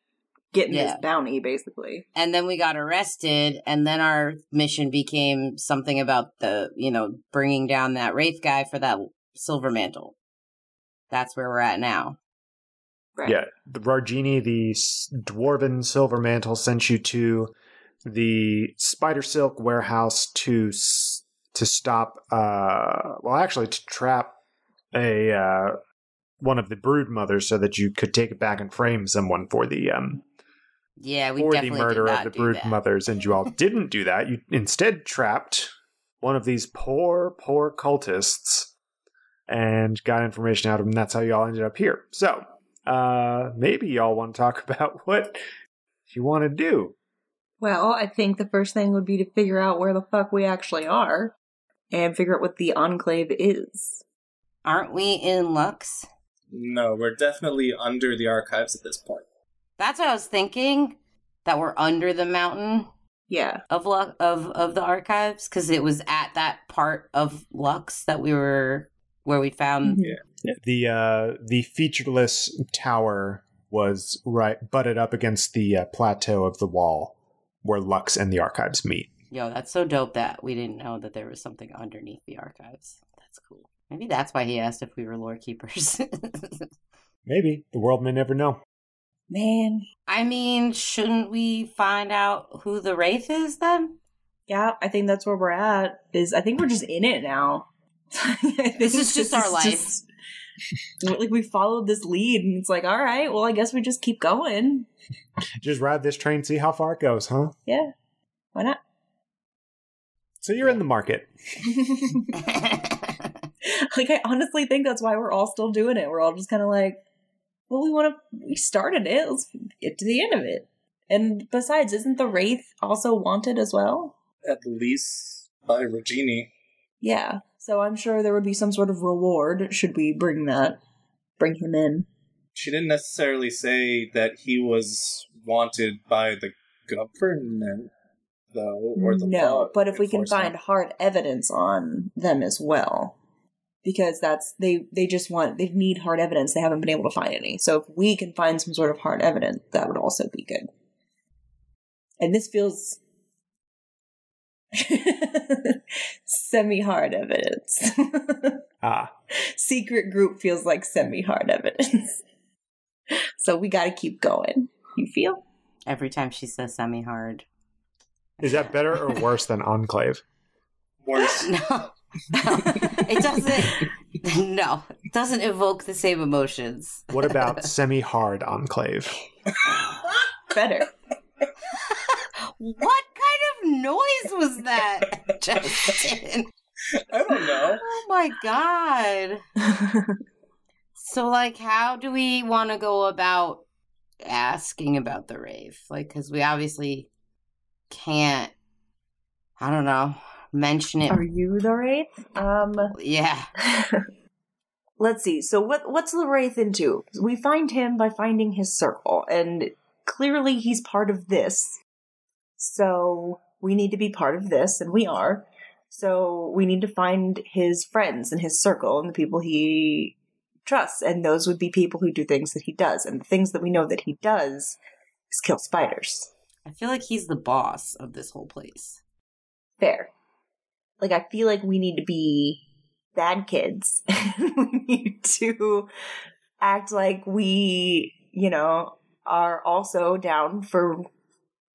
getting
Yeah.
this bounty, basically.
And then we got arrested, and then our mission became something about the you know bringing down that wraith guy for that silver mantle. That's where we're at now.
Right.
Yeah, the Rargini, the s- dwarven silver mantle, sent you to the spider silk warehouse to s- to stop. Uh, well, actually, to trap a uh, one of the brood mothers so that you could take it back and frame someone for the um,
Yeah, we
for the
definitely
murder
did
of
not
the
do
brood
that.
mothers, and
<laughs>
you all didn't do that. You instead trapped one of these poor, poor cultists and got information out of them. That's how you all ended up here. So uh, maybe y'all want to talk <laughs> about what you want to do.
Well, I think the first thing would be to figure out where the fuck we actually are and figure out what the enclave is.
Aren't we in Lux?
No, we're definitely under the archives at this point.
That's what I was thinking. That we're under the mountain
Yeah.
of Lux of of the archives because it was at that part of Lux that we were where we
Mm-hmm.
found.
The uh, the featureless tower was right butted up against the uh, plateau of the wall where Lux and the archives meet.
Yo, that's so dope that we didn't know that there was something underneath the archives. That's cool. Maybe that's why he asked if we were lore keepers. <laughs>
Maybe the world may never know.
Man.
I mean, shouldn't we find out who the wraith is then? <laughs>
Yeah, I think that's where we're at. Is I think we're just in it now. <laughs> I think
This is just our life.
<laughs> like we followed this lead, and it's like, all right, well, I guess we just keep going.
Just ride this train, see how far it goes, huh?
Yeah, why not?
So you're in the market.
<laughs> like I honestly think that's why we're all still doing it. We're all just kind of like, well, we want to. We started it. Let's get to the end of it. And besides, isn't the wraith also wanted as well?
At least by Regini.
Yeah. So I'm sure there would be some sort of reward should we bring that, bring him in.
She didn't necessarily say that he was wanted by the government, though, or the law
no, but if we can find
enforcement. <laughs>
hard evidence on them as well, because that's they they just want they need hard evidence. They haven't been able to find any. So if we can find some sort of hard evidence, that would also be good. And this feels <laughs> semi-hard evidence. <laughs>
Ah,
Secret group feels like semi-hard evidence. <laughs> so we got to keep going. You feel?
Every time she says semi hard.
is that better or worse than Enclave?
Worse.
<laughs> No. it doesn't. No, it doesn't evoke the same emotions.
What about semi-hard Enclave?
Better.
What kind of noise was that, <laughs> Justin?
I don't know.
Oh my god. So, like, how do we want to go about asking about the rave? Like, because we obviously can't, I don't know, mention it.
you the wraith? Um.
Yeah.
<laughs> let's see. So what what's Laraith into? We find him by finding his circle, and clearly he's part of this. So we need to be part of this, and we are. So we need to find his friends and his circle and the people he trusts, and those would be people who do things that he does. And the things that we know that he does is kill spiders.
I feel like he's the boss of this whole place.
Fair. Like I feel like we need to be bad kids. <laughs> we need to act like we, you know, are also down for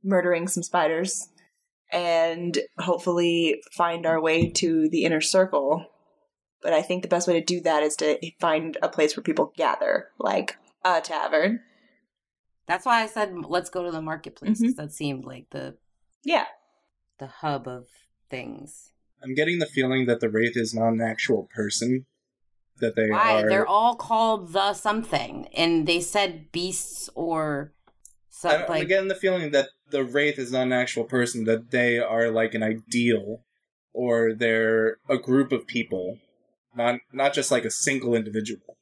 murdering some spiders and hopefully find our way to the inner circle. But I think the best way to do that is to find a place where people gather, like a tavern.
That's why I said let's go to the marketplace because that seemed like the
Yeah.
the hub of things.
I'm getting the feeling that the Wraith is not an actual person. That they
Why
are.
they're all called the something, and they said beasts or
I
something.
don't-
Like,
I'm getting the feeling that the Wraith is not an actual person, that they are like an ideal, or they're a group of people, not not just like a single individual.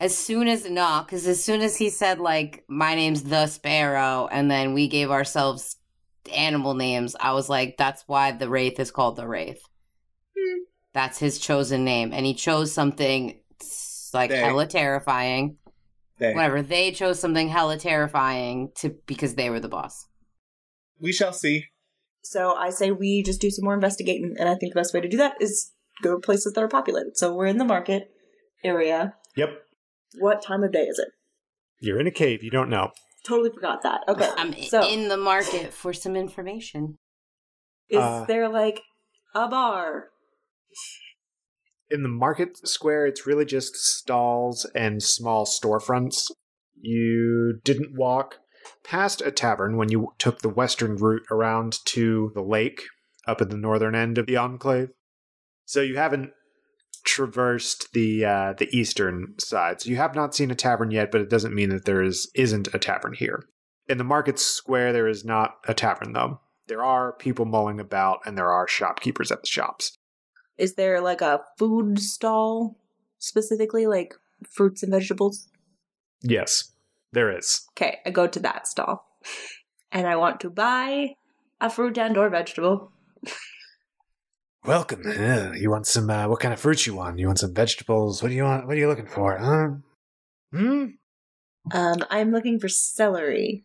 as soon as no, because as soon as he said like my name's the sparrow, and then we gave ourselves animal names, I was like, that's why the wraith is called the wraith. That's his chosen name, and he chose something s- like
They.
hella terrifying.
They.
Whatever they chose something hella terrifying to because they were the boss.
We shall see.
So I say we just do some more investigating, and I think the best way to do that is go to places that are populated. So we're in the market area.
Yep.
What time of day is it?
You're in a cave. You don't know.
Totally forgot that. Okay.
I'm
so
in the market for some information.
is
Uh,
there like a bar?
in the market square, it's really just stalls and small storefronts. You didn't walk past a tavern when you took the western route around to the lake up at the northern end of the enclave. So you haven't traversed the uh, the eastern side. So you have not seen a tavern yet, but it doesn't mean that there is isn't a tavern here. In the market square, there is not a tavern though. There are people mulling about, and there are shopkeepers at the shops.
Is there like a food stall specifically, like fruits and vegetables?
Yes, there is.
Okay, I go to that stall, and I want to buy a fruit and or vegetable.
Welcome. Uh, you want some? Uh, what kind of fruits you want? You want some vegetables? What do you want? What are you looking for? Huh? Hmm.
Um, I'm looking for celery.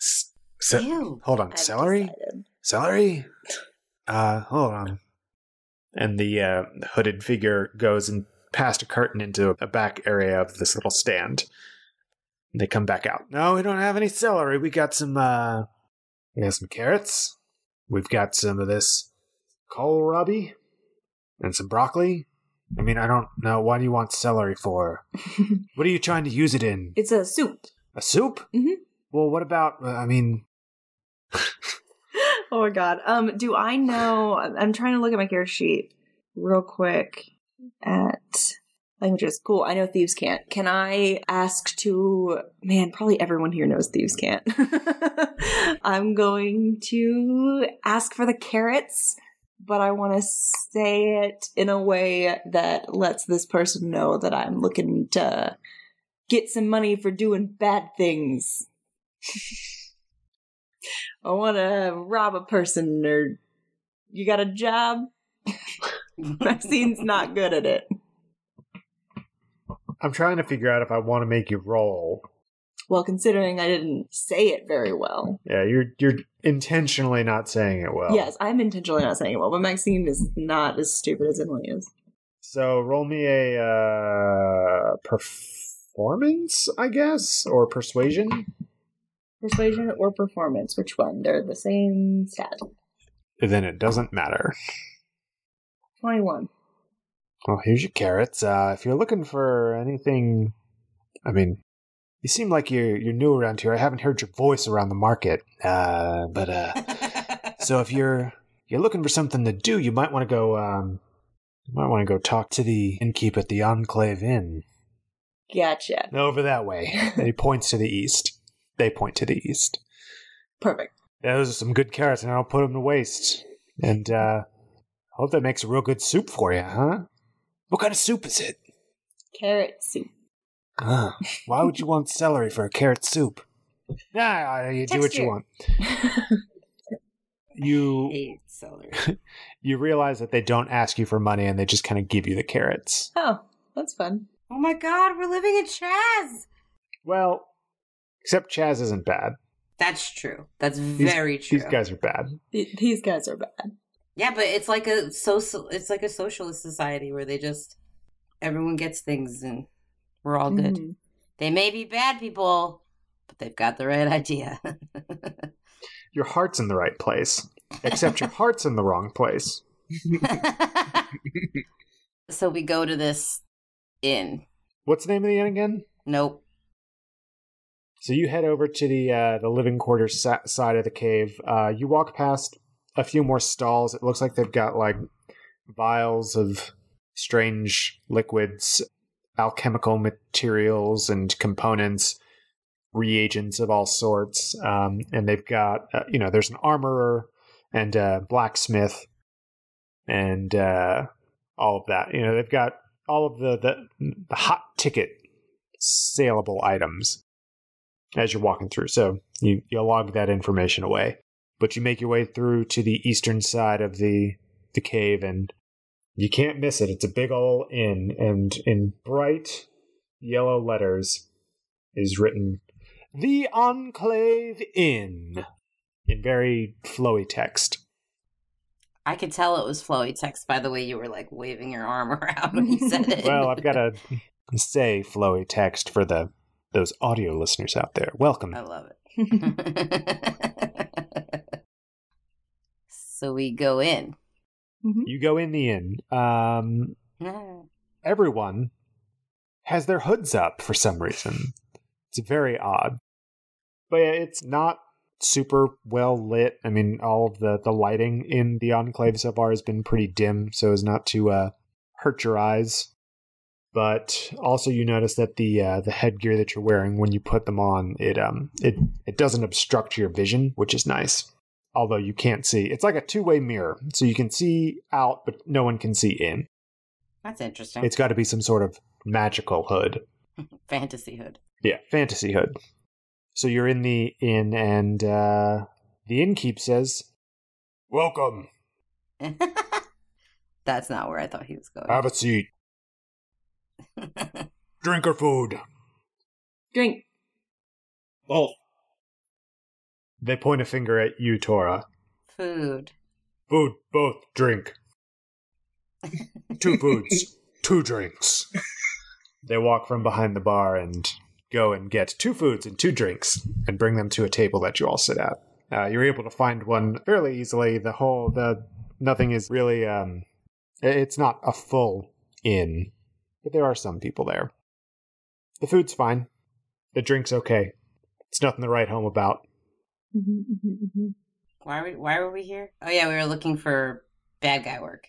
S- ce- <laughs>
Ew.
hold on.
I've
celery.
decided.
Celery. Uh, hold on. And the uh, hooded figure goes and past a curtain into a back area of this little stand. And they come back out. No, we don't have any celery. We got some. Uh, we got some carrots. We've got some of this kohlrabi and some broccoli. I mean, I don't know. What do you want celery for? What are you trying to use it in?
<laughs> it's a soup.
A soup?
Mhm.
Well, what about? Uh, I mean,
Oh my god. Um, do I know? I'm- I'm trying to look at my character sheet real quick at languages. Cool. I know thieves can't. Can I ask to? Man, probably everyone here knows thieves can't. <laughs> I'm going to ask for the carrots, but I want to say it in a way that lets this person know that I'm looking to get some money for doing bad things. I want to rob a person or you got a job. <laughs>
<laughs>
Maxine's not good at it.
I'm trying to figure out if I want to make you roll.
Well, considering I didn't say it very well.
Yeah, you're you're intentionally not saying it well.
Yes, I'm intentionally not saying it well, but Maxine is not as stupid as Emily is.
So roll me a uh, performance, I guess, or persuasion.
Persuasion or performance, which one? They're the same stat.
Then it doesn't matter.
21.
Well, here's your carrots. Uh, if you're looking for anything, I mean, you seem like you're you're new around here. I haven't heard your voice around the market. Uh, but uh, so if you're you're looking for something to do, you might want to go. Um, you might want to go talk to the innkeep at the Enclave Inn.
Gotcha.
Over that way. and he points to the east. They point to the east.
Perfect.
Those are some good carrots, and I'll put them to waste. And uh, I hope that makes a real good soup for you, huh? What kind of soup is it?
Carrot soup. <laughs>
Ah, why would you want celery for a carrot soup? Nah, you do what you
Texture.
want. You
Hate celery.
you realize that they don't ask you for money and they just kind of give you the carrots.
oh, that's fun.
Oh my god, we're living in Chaz.
Well, except Chaz isn't bad.
That's true. That's very true.
These guys are bad.
Th- These guys are bad.
Yeah, but it's like a social. It's like a socialist society where they just everyone gets things and we're all good.
Mhm.
They may be bad people, but they've got the right idea. <laughs>
Your heart's in the right place, except your heart's in the wrong place.
<laughs> so we go to this inn.
What's the name of the inn again?
Nope.
So you head over to the uh, the living quarters sa- side of the cave. Uh, you walk past a few more stalls. It looks like they've got like vials of strange liquids, alchemical materials and components, reagents of all sorts. Um, and they've got uh, you know there's an armorer and a blacksmith and uh, all of that. You know they've got all of the the, the hot ticket saleable items as you're walking through. So you, you log that information away. But you make your way through to the eastern side of the the cave and you can't miss it. It's a big ol' inn and in bright yellow letters is written The Enclave Inn in very flowy text.
I could tell it was flowy text by the way you were like waving your arm <laughs> around when you said it.
Well, I've got to say flowy text for the those audio listeners out there. Welcome.
<laughs> I love
Mm-hmm.
it. <laughs> so we go in. <laughs>
You go in the inn. Um everyone has their hoods up for some reason. It's very odd. But yeah, it's not super well lit. I mean, all of the, the lighting in the Enclave so far has been pretty dim, so as not to uh, hurt your eyes. But also, you notice that the uh, the headgear that you're wearing, when you put them on, it um it it doesn't obstruct your vision, which is nice. Although you can't see, it's like a two way mirror, so you can see out, but no one can see in.
That's interesting.
It's got to be some sort of magical hood.
fantasy hood. <laughs>
Yeah, fantasy hood. So you're in the inn, and uh, the innkeep says, "Welcome.
That's not where I thought he was going.
Have a seat. Drink or food."
<laughs>
<laughs>
Drink.
Both.
They point a finger at you, Tora.
Food.
Food, both, drink. Two foods, two drinks. They walk from behind the bar and go and get two foods and two drinks and bring them to a table that you all sit at. Uh, you're able to find one fairly easily. The whole the nothing is really um, i- it's not a full inn, but there are some people there. The food's fine. The drink's okay. It's nothing to write home about.
Mhm, mhm, mhm.
Why were why were we here? Oh yeah, we were looking for bad guy work.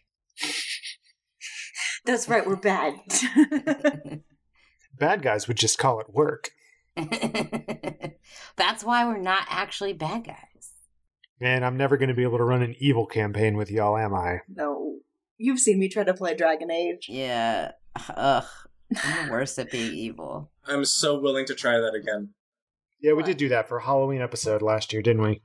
That's right, we're bad. <laughs>
Bad guys would just call it work.
<laughs> That's why we're not actually bad guys.
Man, I'm never going to be able to run an evil campaign with y'all, am I?
no. You've seen me try to play Dragon Age.
Yeah. Ugh. I'm the worst at being evil.
I'm so willing to try that again.
Yeah, we
What?
did do that for a Halloween episode last year, didn't we?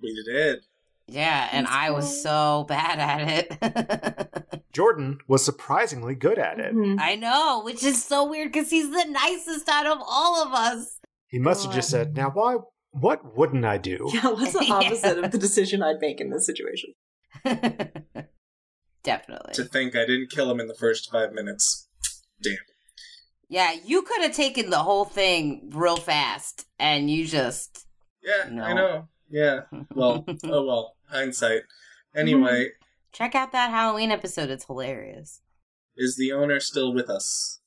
We did.
Yeah, and
That's
I was so bad at it. <laughs>
Jordan was surprisingly good at it.
Mhm.
I know, which is so weird because he's the nicest out of all of us. <laughs>
He must have just said, "Now, why? What wouldn't I do?"
Yeah, what's the
Yeah.
opposite of the decision I'd make in this situation?
To
Definitely.
think I didn't kill him in the first five minutes. Damn.
Yeah, you could have taken the whole thing real fast, and you just.
Yeah, I
No. Hmm.
know. Yeah. Well, oh well. Hindsight. Anyway,
<laughs> check out that Halloween episode. It's hilarious. Hmm.
is the owner still with us?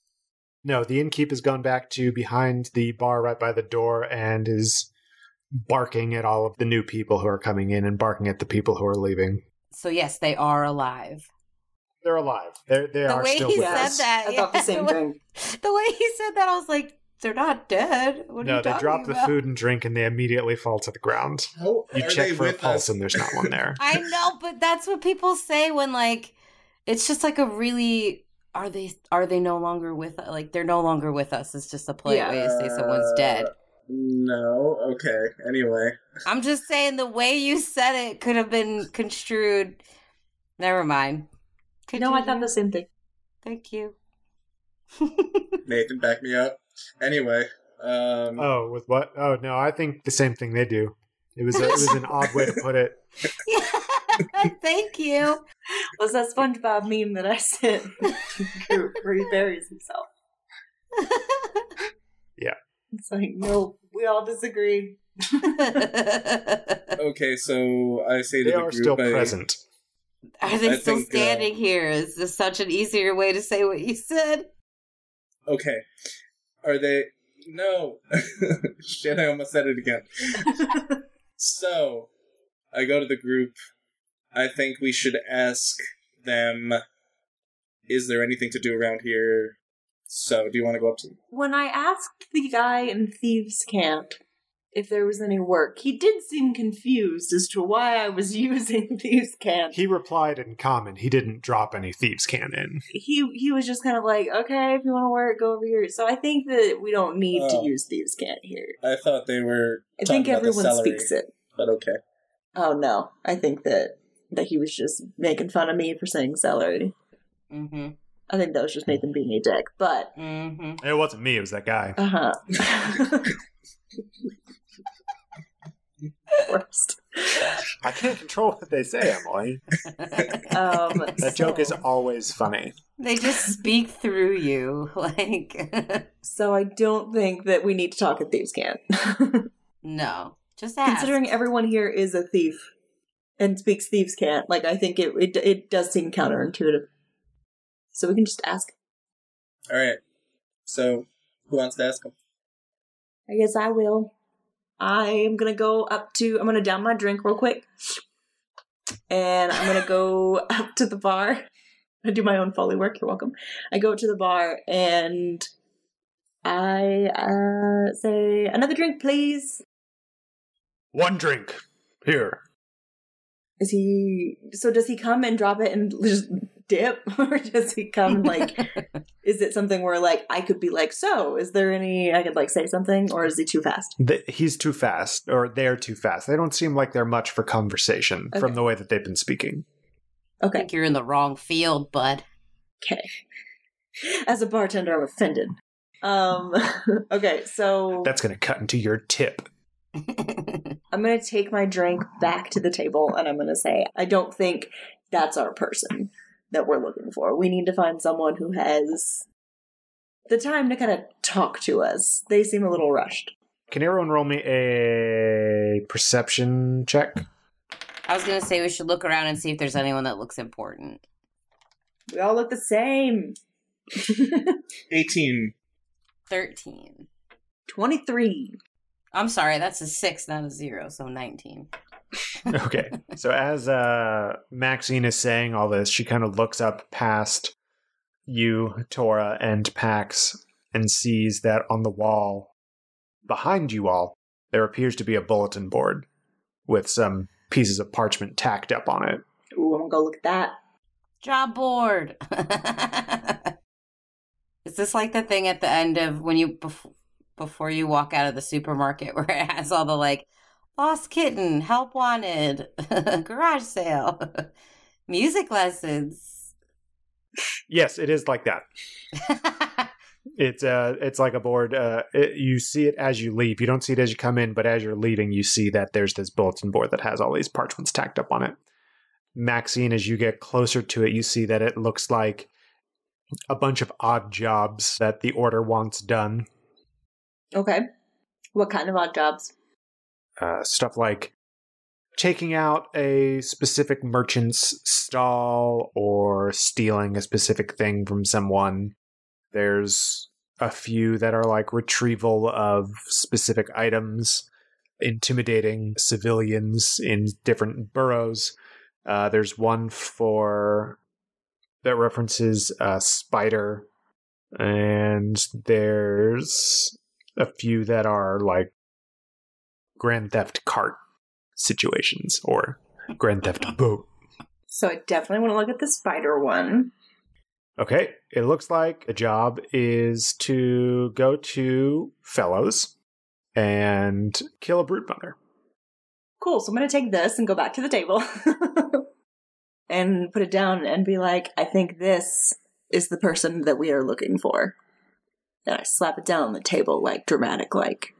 No, the innkeep has gone back to behind the bar right by the door and is barking at all of the new people who are coming in and barking at the people who are leaving.
So yes, they are alive.
They're alive. They're, they
The
are
way
still
he
with
said
us.
that,
I thought the
Uh, yeah. <laughs>
same thing.
The way he said that, I was like, "They're not dead." What are
No,
you
they
talking
drop the
about? <laughs>
food and drink and they immediately fall to the ground.
How
You
are they
check for a
with
pulse
us?
and there's not
<laughs>
one there. <laughs>
I know, but that's what people say when like it's just like a really are they are they no longer with us? Like they're no longer with us. It's just a polite
Yeah.
way to say someone's dead.
<laughs> No. Okay. Anyway.
I'm just saying the way you said it could have been construed. Never mind.
No, I
Continue.
thought the same thing.
Thank you. <laughs>
Nathan, back me up. Anyway. Um,
Oh, with what? Oh no, I think the same thing they do. It was a, it was an odd way to put it.
<laughs> Thank you.
Was that SpongeBob meme that I sent group where <laughs> he buries himself?
Yeah.
It's like, no, we all disagree. <laughs>
Are
Okay. So I say
<laughs>
to
They
the
are
group,
still
I-
present.
they
I
still
think, uh,
standing here? Is this such an easier way to say what you said?
Okay. Are they? No. <laughs> Shit! I almost said it again. so, I go to the group. I think we should ask them. Is there anything to do around here? So, do you want to go up to?
When I asked the guy in Thieves Camp if there was any work, he did seem confused as to why I was <laughs> using Thieves Camp.
He replied in common. He didn't drop any thieves can in.
He he was just kind of like, okay, if you want to work, go over here. So I think that we don't need
Oh.
to use Thieves Camp here.
I thought they were.
I think
talking about the
everyone
celery,
speaks it.
But okay.
Oh no, I think that that he was just making fun of me for saying celery.
Mm-hmm.
I think that was just Nathan being a dick, but
Mm-hmm.
It wasn't me. It was that guy.
uh huh. <laughs> Worst.
I can't control what they say, Emily.
Um,
That joke is
so-
always funny.
<laughs> They
<laughs>
just speak through you. <laughs> Like, <laughs>
So I don't think that we need to talk at thieves' can. <laughs>
no. Just ask.
Considering everyone here is a thief and speaks thieves' can, like I think it, it it does seem counterintuitive. So we can just ask.
All right. So, who wants to ask them?
I guess I will. I am gonna go up to. I'm gonna down my drink real quick, and I'm gonna go <laughs> up to the bar. I do my own folly work. You're welcome. I go up to the bar and I uh, say another drink, please.
One drink. Here.
Is he? So does he come and drop it and <laughs> just dip, <laughs> or does he
<laughs>
come like? is it something where like I could be like, so is there any I could like say something, or is he too fast?
Th he's too fast, or they're too fast. They don't seem like they're much for conversation
Okay.
from the way that they've been speaking.
I
Okay.
think you're in the wrong field, bud.
Okay. As a bartender, I'm offended. Um, <laughs> okay, so
That's going to cut into your tip.
I'm going to take my drink back to the table and I'm going to say, I don't think that's our person that we're looking for. We need to find someone who has the time to kind of talk to us. They seem a little rushed.
Can everyone roll me a perception check?
I was going to say we should look around and see if there's anyone that looks important.
We all look the same. <laughs>
18.
13.
23.
I'm sorry, that's a 6, not a 0, so 19.
okay. So as uh, Maxine is saying all this, she kind of looks up past you, Tora, and Pax, and sees that on the wall behind you all, there appears to be a bulletin board with some pieces of parchment tacked up on it.
Ooh, I'm going to go look at that.
Job board. <laughs> Is this like the thing at the end of when you bef- before you walk out of the supermarket <laughs> where it has all the like lost kitten, help wanted, <laughs> garage sale, <laughs> music lessons? <laughs>
Yes, it is like that. It's uh, it's like a board. Uh, it, you see it as you leave. You don't see it as you come in, but as you're leaving, you see that there's this bulletin board that has all these parchments tacked up on it. Maxine, as you get closer to it, you see that it looks like a bunch of odd jobs that the order wants done.
Okay. What kind of odd jobs?
Uh, stuff like taking out a specific merchant's stall or stealing a specific thing from someone. There's a few that are like retrieval of specific items, intimidating civilians in different boroughs. Uh, there's one for that references a spider, and there's a few that are like Grand Theft Cart situations or Grand Theft Boat.
So I definitely want to look at the spider one.
Okay, it looks like the job is to go to Fellows and kill a brood mother.
Cool. So I'm going to take this and go back to the table <laughs> and put it down and be like, I think this is the person that we are looking for. And I slap it down on the table, like dramatic, like.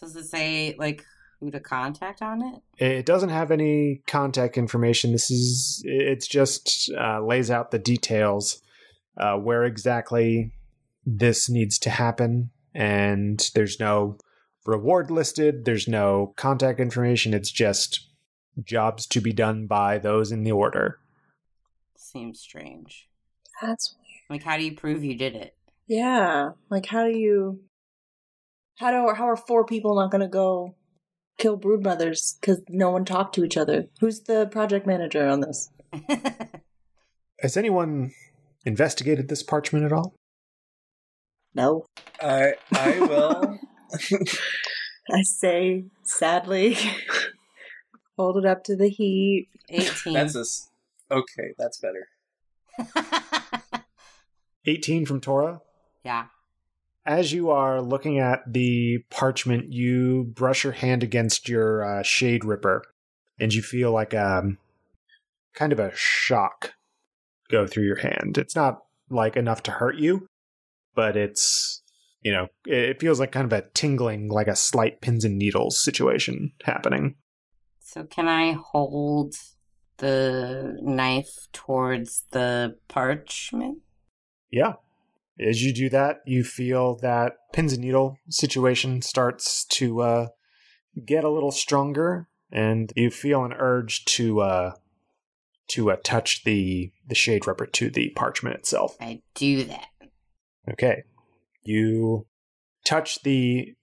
Does it say like who to contact on it?
It doesn't have any contact information. This is it's just uh, lays out the details uh, where exactly this needs to happen, and there's no reward listed. There's no contact information. It's just jobs to be done by those in the order.
Seems strange.
That's
Like, how do you prove you did it?
yeah. Like, how do you? How do how are four people not going to go kill brood mothers because no one talked to each other? Who's the project manager on this?
<laughs>
Has anyone investigated this parchment at all?
No,
I I
<laughs>
will.
I say sadly. <laughs> Hold it up to the heat.
18.
<laughs> that's a s- okay. That's better.
Eighteen from Torah.
<laughs> yeah.
As you are looking at the parchment, you brush your hand against your uh, shade ripper, and you feel like um, kind of a shock go through your hand. It's not like enough to hurt you, but it's you know it it feels like kind of a tingling, like a slight pins and needles situation happening.
So, can I hold the knife towards the parchment?
Yeah. As you do that, you feel that pins and needle situation starts to uh, get a little stronger, and you feel an urge to uh, to uh, touch the the shade rubber to the parchment itself.
I do that.
Okay, you touch the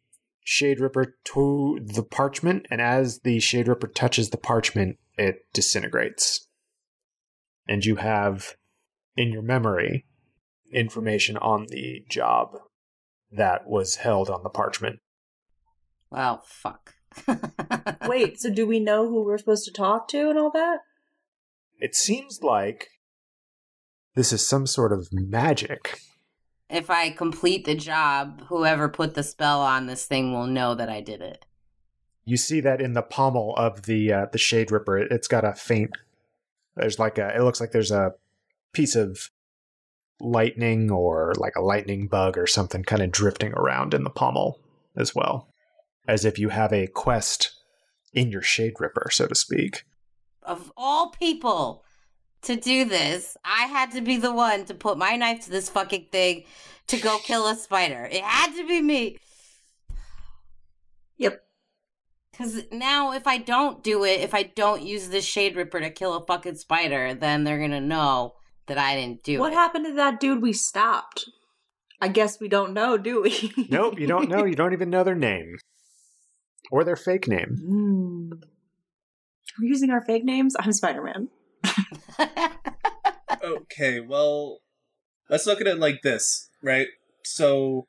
shade ripper to the parchment, and as the shade ripper touches the parchment, it disintegrates, and you have in your memory information on the job that was held on the parchment.
Well, fuck. <laughs>
Wait, so do we know who we're supposed to talk to and all that?
It seems like this is some sort of magic.
If I complete the job, whoever put the spell on this thing will know that I did it.
You see that in the pommel of the uh, the shade ripper. It- It's got a faint. There's like a. It looks like there's a piece of lightning or like a lightning bug or something kind of drifting around in the pommel as well, as if you have a quest in your shade ripper, so to speak.
Of all people to do this, I had to be the one to put my knife to this fucking thing to
<laughs>
go kill a spider. It had to be me.
Yep.
Because now, if I don't do it, if I don't use this Shade Ripper to kill a fucking spider, then they're going to know that I didn't do
what
it.
happened to that dude we stopped? I guess we don't know, do we?
Nope, you don't know. You don't even know their name or their fake name.
<laughs> Hmm. We're using our fake names? I'm Spider Man.
Okay, well, let's look at it like this, right? So,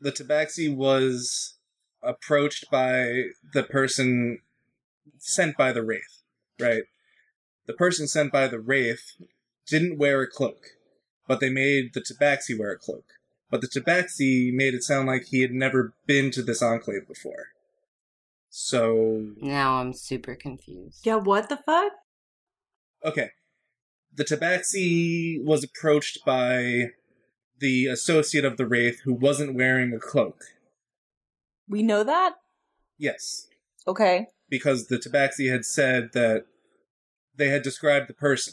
the Tabaxi was approached by the person sent by the Wraith, right? The person sent by the Wraith didn't wear a cloak, but they made the Tabaxi wear a cloak. But the Tabaxi made it sound like he had never been to this enclave before. So,
<laughs> now I'm super confused.
Yeah, what the fuck?
Okay. The Tabaxi was approached by the associate of the Wraith who wasn't wearing a cloak.
We know that?
Yes.
Okay.
Because the Tabaxi had said that they had described the person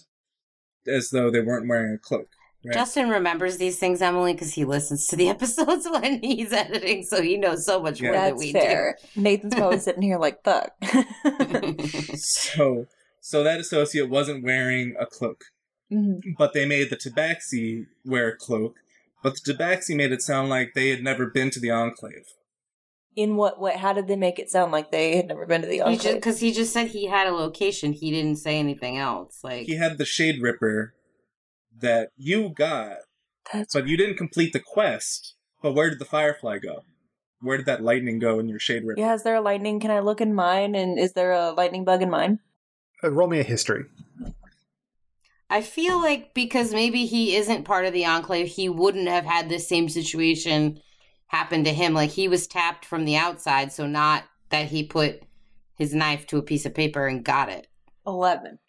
as though they weren't wearing a cloak. Right?
Justin remembers these things, Emily, because he listens to the <laughs> episodes when he's editing, so he knows so much
Yeah.
more than
That's
we
fair.
<laughs>
Nathan's probably sitting here like, fuck. <laughs> Hmm.
do.
so so that associate wasn't wearing a cloak.
Mhm.
But they made the Tabaxi wear a cloak. But the Tabaxi made it sound like they had never been to the Enclave.
In what way? How did they make it sound like they had never been to the
He just
enclave?
because he just said he had a location, he didn't say anything else. Like
He had the Shade Ripper that you got
That's
But you didn't complete the quest. But where did the firefly go? Where did that lightning go in your shade ripper?
yeah, is there a lightning? Can I look in mine? And is there a lightning bug in mine?
Uh, roll me a history.
I feel like because maybe he isn't part of the enclave, he wouldn't have had this same situation happen to him. Like he was tapped from the outside, so not that he put his knife to a piece of paper and got it.
11.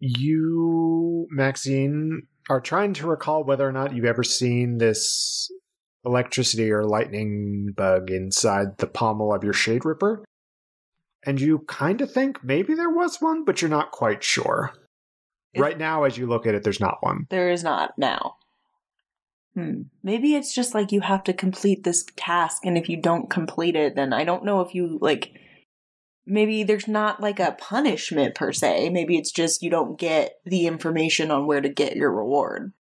You, Maxine, are trying to recall whether or not you've ever seen this electricity or lightning bug inside the pommel of your Shade Ripper. And you kind of think maybe there was one, but you're not quite sure.
Is-
right now, as you look at it, there's not one.
There is not now. Hmm. Maybe it's just like you have to complete this task, and if you don't complete it, then I don't know if you like. Maybe there's not like a punishment per se. Maybe it's just you don't get the information on where to get your reward.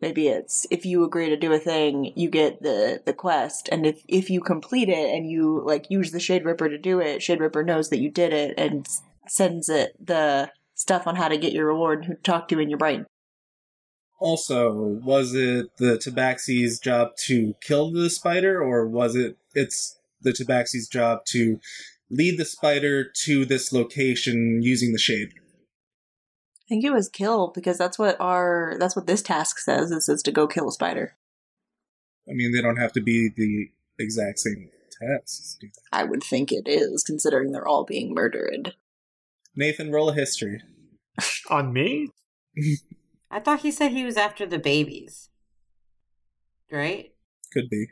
Maybe it's if you agree to do a thing, you get the the quest, and if if you complete it and you like use the Shade Ripper to do it, Shade Ripper knows that you did it and s- sends it the stuff on how to get your reward and who to talk to in your brain.
Also, was it the Tabaxi's job to kill the spider, or was it it's the Tabaxi's job to lead the spider to this location using the shade?
I think it was kill because that's what our that's what this task says. It says to go kill a spider.
I mean, they don't have to be the exact same tasks. do they?
I would think it is, considering they're all being murdered.
Nathan, roll a history.
On me?
I thought he said he was after the babies. Right?
Could be.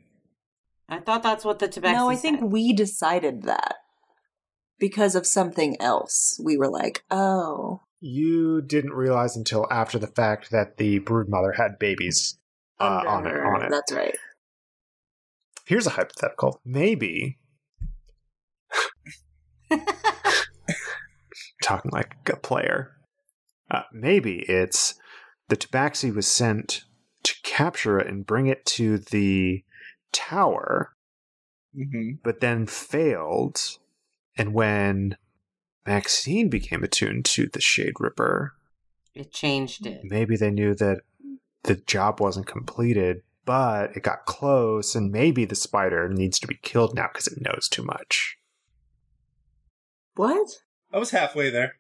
I thought that's what the Tabaxi
no, I think
said.
we decided that because of something else. We were like, oh,
You didn't realize until after the fact that the broodmother had babies uh,
under
on it.
her.
On it.
That's right.
Here's a hypothetical. Maybe. Talking like a player. Uh, maybe it's the tabaxi was sent to capture it and bring it to the tower,
hmm
but then failed. And when Maxine became attuned to the Shade Ripper,
It changed it.
maybe they knew that the job wasn't completed, but it got close, and maybe the spider needs to be killed now because it knows too much.
What?
I was halfway there.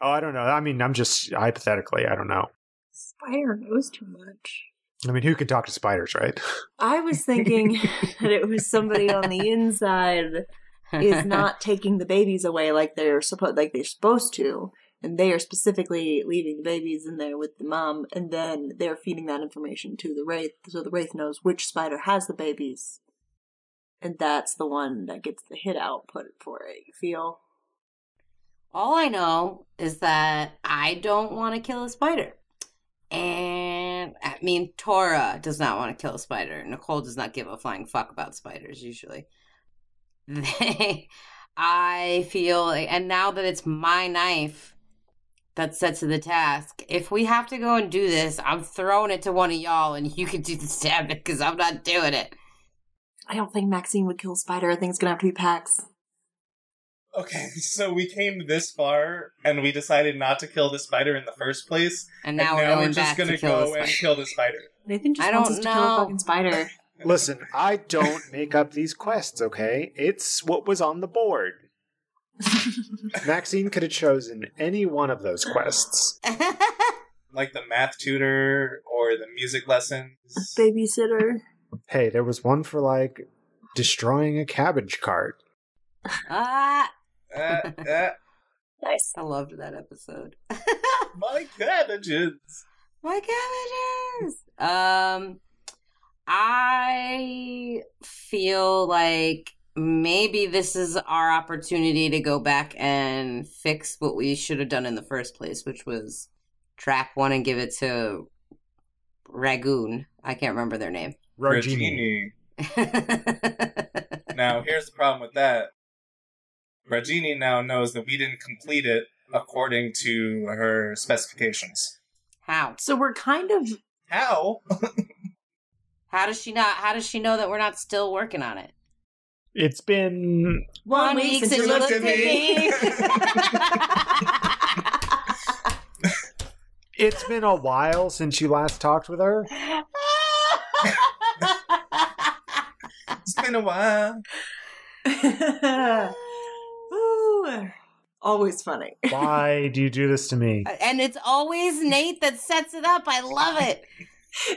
Oh, I don't know. I mean, I'm just hypothetically, I don't know.
Spider knows too much.
I mean, who can talk to spiders, right?
I was thinking <laughs> that it was somebody on the inside <laughs> is not taking the babies away like they're supposed like they're supposed to and they are specifically leaving the babies in there with the mom and then they're feeding that information to the wraith so the wraith knows which spider has the babies and that's the one that gets the hit output for it you feel
All I know is that I don't want to kill a spider. And I mean, Tora does not want to kill a spider. Nicole does not give a flying fuck about spiders usually. <laughs> They, I feel, like- and now that it's my knife that's set to the task, if we have to go and do this, I'm throwing it to one of y'all and you can do the stabbing because I'm not doing it.
i don't think maxine would kill a spider i think it's gonna have to be pax
Okay, <laughs> so we came this far, and we decided not to kill the spider in the first place.
And now,
and
we're,
now
going
we're just
back
gonna
to kill a
go and
spider.
kill the spider.
nathan just
I
wants
don't
us to kill a
know.
fucking <laughs> spider
Listen, I don't make up these quests, okay? It's what was on the board. Maxine could have chosen any one of those quests.
Like the math tutor or the music
<laughs>
lessons.
babysitter
Hey, there was one for like destroying a cabbage cart.
<laughs> ah,
Uh, uh,
nice
I loved that episode. <laughs>
my cabbages.
My cabbages. Um, I feel like maybe this is our opportunity to go back and fix what we should have done in the first place, which was trap one and give it to Ragoon. I can't remember their name. <laughs>
Rogini.
Regini. Now, here's the problem with that. Regini now knows that we didn't complete it according to her specifications.
How?
so we're kind of
How?
How does she not? How does she know that we're not still working on it?
It's been
one, week since you looked at me
it's been a while since you last talked with her.
<laughs>
It's been a while.
<laughs> Ooh. Always funny. <laughs>
Why do you do this to
<laughs>
me?
And it's always Nate that sets it up. I love it.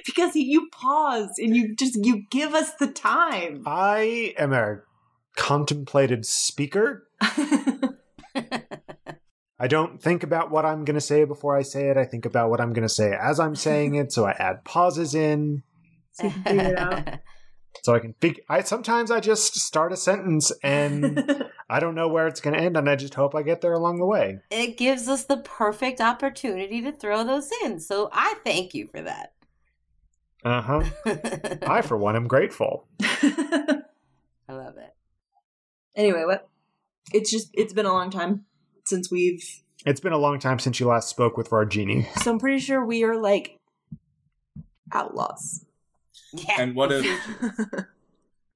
because you pause and you just you give us the time.
I am a contemplative speaker. I don't think about what I'm going to say before I say it. I think about what I'm going to say as I'm saying it, so I add pauses in
<laughs> so you can figure
<laughs>
it out.
so I can fig- I sometimes I just start a sentence
<laughs>
and I don't know where it's going to end and I just hope I get there along the way.
it gives us the perfect opportunity to throw those in. So I thank you for that. <laughs>
Uh-huh. I for one am grateful.
I love it.
anyway, what? It's just it's been a long time since we've
It's been a long time since you last spoke with Vargini.
so I'm pretty sure we are like outlaws. <laughs>
Yeah.
And what if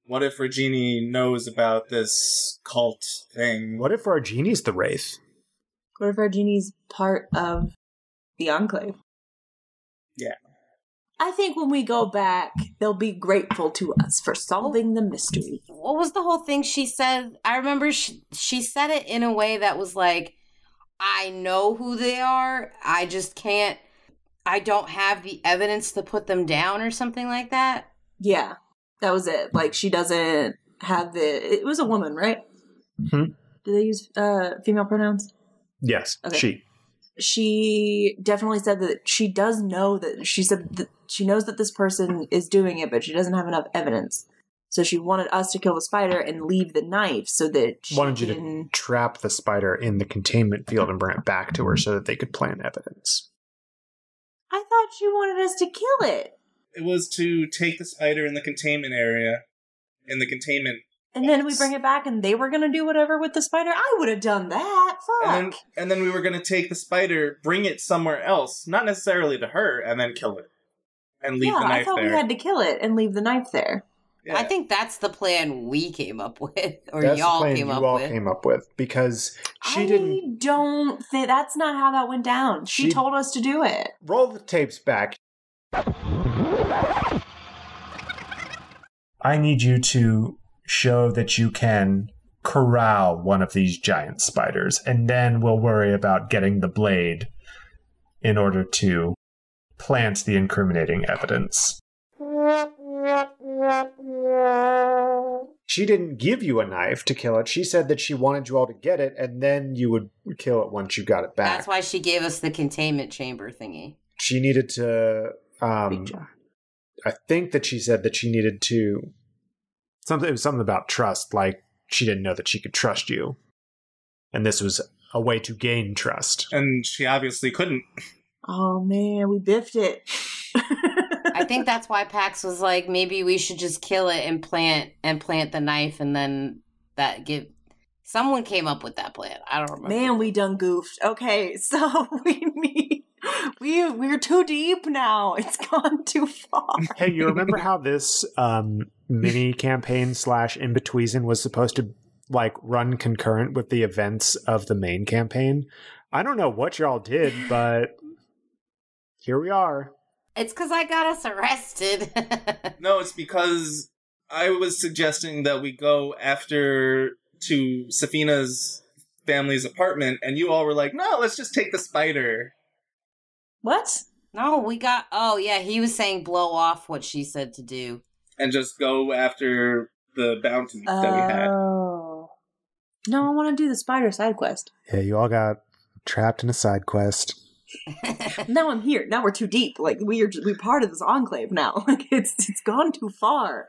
what if Regini knows about this cult thing?
What if Vargini's the wraith?
What if our genie's part of the enclave?
Yeah.
I think when we go back, they'll be grateful to us for solving the mystery.
<laughs> what was the whole thing she said? I remember she, she said it in a way that was like, I know who they are. I just can't, I don't have the evidence to put them down or something like that.
Yeah, that was it. Like she doesn't have the. It was a woman, right?
Hmm.
Do they use uh, female pronouns?
Yes,
Okay.
she.
She definitely said that she does know that she said that she knows that this person is doing it, but she doesn't have enough evidence. So she wanted us to kill the spider and leave the knife so that she
Wanted you to
can-
trap the spider in the containment field and bring it back to her so that they could plant evidence.
I thought she wanted us to kill it.
It was to take the spider in the containment area, in the containment
And then we bring it back and they were going to do whatever with the spider. I would have done that. Fuck.
And then, and then we were going to take the spider, bring it somewhere else, not necessarily to her, and then kill it. And leave
yeah,
the
I
knife
thought
there.
we had to kill it and leave the knife there.
yeah.
I think that's the plan we came up <laughs> with, or
That's
y'all
the plan
came
you
up
all
with.
came up with because she
I
didn't
don't think that's not how that went down. She,
She-
told us to do it.
roll the tapes back. I need you to show that you can corral one of these giant spiders, and then we'll worry about getting the blade in order to plant the incriminating evidence. She didn't give you a knife to kill it. She said that she wanted you all to get it, and then you would kill it once you got it back.
That's why she gave us the containment chamber thingy.
she needed to um i think that she said that she needed to something it was something about trust like she didn't know that she could trust you and this was a way to gain trust
And she obviously couldn't.
Oh man, we biffed it.
I think that's why Pax was like, maybe we should just kill it and plant and plant the knife, and then that give. Someone came up with that plan. I don't remember.
<laughs> man, we done goofed. Okay, <laughs> so we need we we're too deep now. It's <laughs> gone too far.
hey you remember how this um mini campaign slash in between was supposed to like run concurrent with the events of the main campaign i don't know what y'all did but here we are
It's because I got us arrested. <laughs>
No, it's because I was suggesting that we go after to Safina's family's apartment, and you all were like, no, let's just take the spider.
What?
no, we got. Oh yeah, he was saying blow off what she said to do. <laughs>
And just go after the bounty that we had.
Oh. No, I want to do the spider side quest.
yeah you all got trapped in a side quest
now I'm here. Now we're too deep. Like we are, we part of this enclave now. <laughs> Like it's it's gone too far.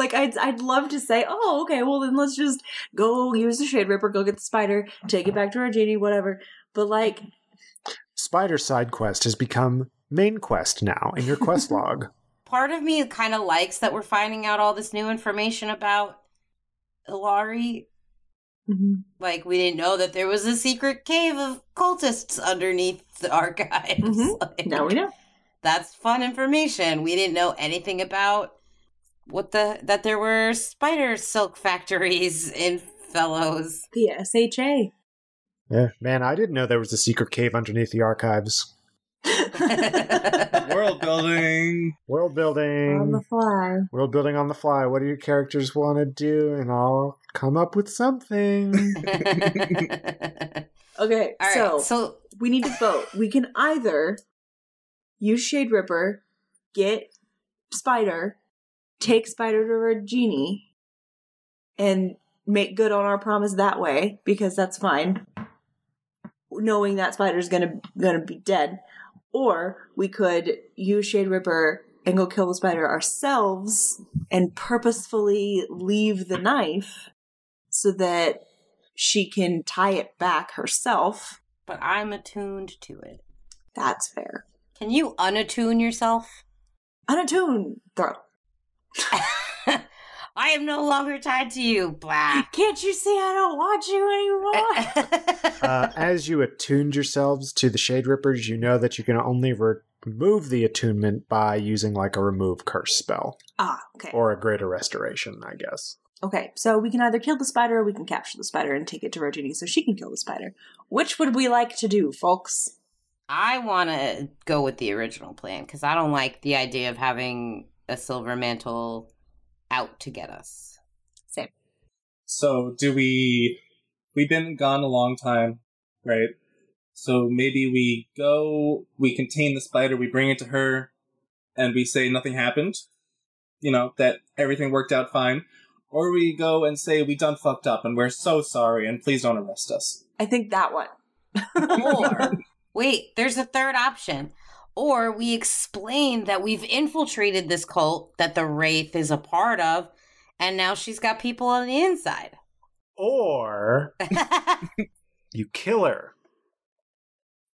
like I'd I'd love to say, oh okay, well then let's just go use the shade ripper, go get the spider, take it back to our genie, whatever. But like,
Spider side quest has become main quest now in your <laughs> quest log.
Part of me kind of likes that we're finding out all this new information about Ilari like we didn't know that there was a secret cave of cultists underneath the archives.
Mhm.
<laughs> Like,
now we know.
That's fun information. We didn't know anything about what the that there were spider silk factories <laughs> in Fellows. <laughs>
The SHA. Oh.
Yeah. Man, I didn't know there was a secret cave underneath the archives.
World building.
World
<laughs> On the
building.
fly.
World building on the fly. What do your characters want to do? And I'll come up with
<laughs>
something.
Okay,
All right.
so,
so
we need to vote. We can either use Shade Ripper, get Spider, take Spider to Regini, and make good on our promise that way because that's fine, knowing that Spider's gonna gonna be dead. Or we could use Shade Ripper and go kill the spider ourselves and purposefully leave the knife so that she can tie it back herself.
but I'm attuned to it.
That's fair.
Can you unattune yourself? <laughs>
Unattune throw.
I am no longer tied to you, blah.
<laughs>
<laughs>
Can't you see I don't want you
Eh,
anymore?
uh, as you attuned yourselves to the Shade Rippers, you know that you can only re- remove the attunement by using like a remove curse spell
ah, okay.
or a greater restoration, I guess.
Okay, so we can either kill the spider or we can capture the spider and take it to Rogini so she can kill the spider. Which would we like to do, folks?
I want to go with the original plan because I don't like the idea of having a silver mantle out to get us.
Same.
So, do we? We've been gone a long time, right? So maybe we go. We contain the spider. We bring it to her, and we say nothing happened. You know that everything worked out fine. Or we go and say we done fucked up and we're so sorry and please don't arrest us. <laughs>
I think that one. <laughs>
<laughs> Or wait, there's a third option. Or we explain that we've infiltrated this cult that the Wraith is a part of, and now she's got people on the inside. <laughs>
Or you kill her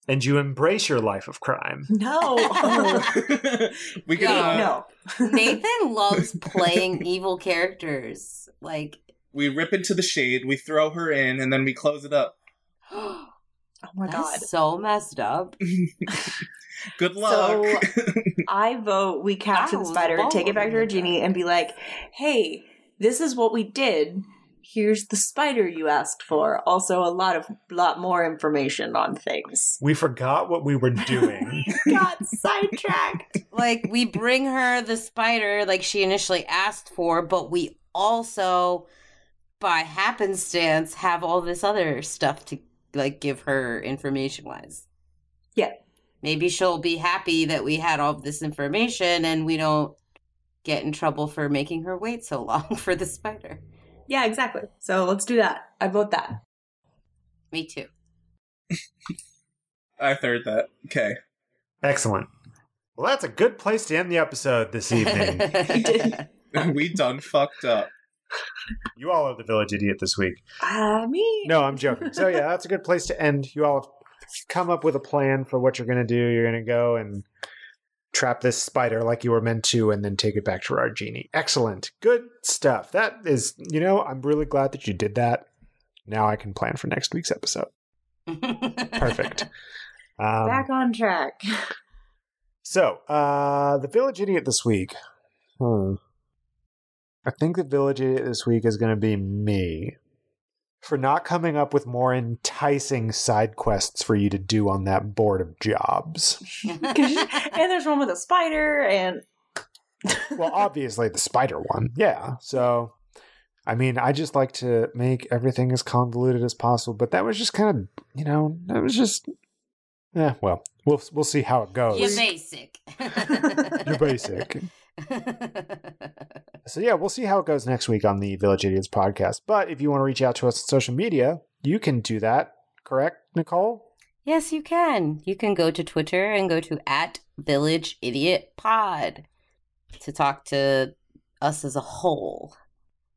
and you embrace your life of crime.
No. Oh
we
Wait,
can. uh,
no.
Nathan loves
<laughs>
playing evil characters. Like,
We rip into the shade. We throw her in, and then we close it up.
oh
Oh my god.
that's so messed up.
Good luck. <laughs>
So I vote we capture
Wow,
the spider,
it's
take it back to
bold.
Regini, and be like, hey, this is what we did. Here's the spider you asked for. Also, a lot of lot more information on things.
We forgot what we were
<laughs>
doing.
Got sidetracked.
like we bring her the spider like she initially asked for, but we also by happenstance have all this other stuff to like give her information wise.
Yeah.
Maybe she'll be happy that we had all this information and we don't get in trouble for making her wait so long <laughs> for the spider.
Yeah, exactly. So let's do that. I vote that.
Me too.
I third that. Okay. <laughs>
Excellent. Well, that's a good place to end the episode
<laughs>
this evening.
did.
we done fucked up.
you all are the village idiot this week.
I mean,
No, I'm joking. So, yeah, that's a good place to end. You all have come up with a plan for what you're going to do. You're going to go and trap this spider like you were meant to and then take it back to our genie. Excellent. Good stuff. That is, you know, I'm really glad that you did that. Now I can plan for next week's episode. Perfect. Um,
back on track. <laughs>
So, uh, the village idiot this week. Hmm. I think the village idiot this week is going to be me for not coming up with more enticing side quests for you to do on that board of jobs.
and there's one with a spider, and <laughs>
well, obviously the spider one. Yeah. So, I mean, I just like to make everything as convoluted as possible, but that was just kind of, you know, that was just yeah, well, we'll we'll see how it goes.
You're basic.
You're
<laughs>
basic. So yeah, we'll see how it goes next week on the Village Idiots podcast. But if you want to reach out to us on social media, you can do that. Correct, Nicole?
Yes, you can. You can go to Twitter and go to at Village Idiot Pod to talk to us as a whole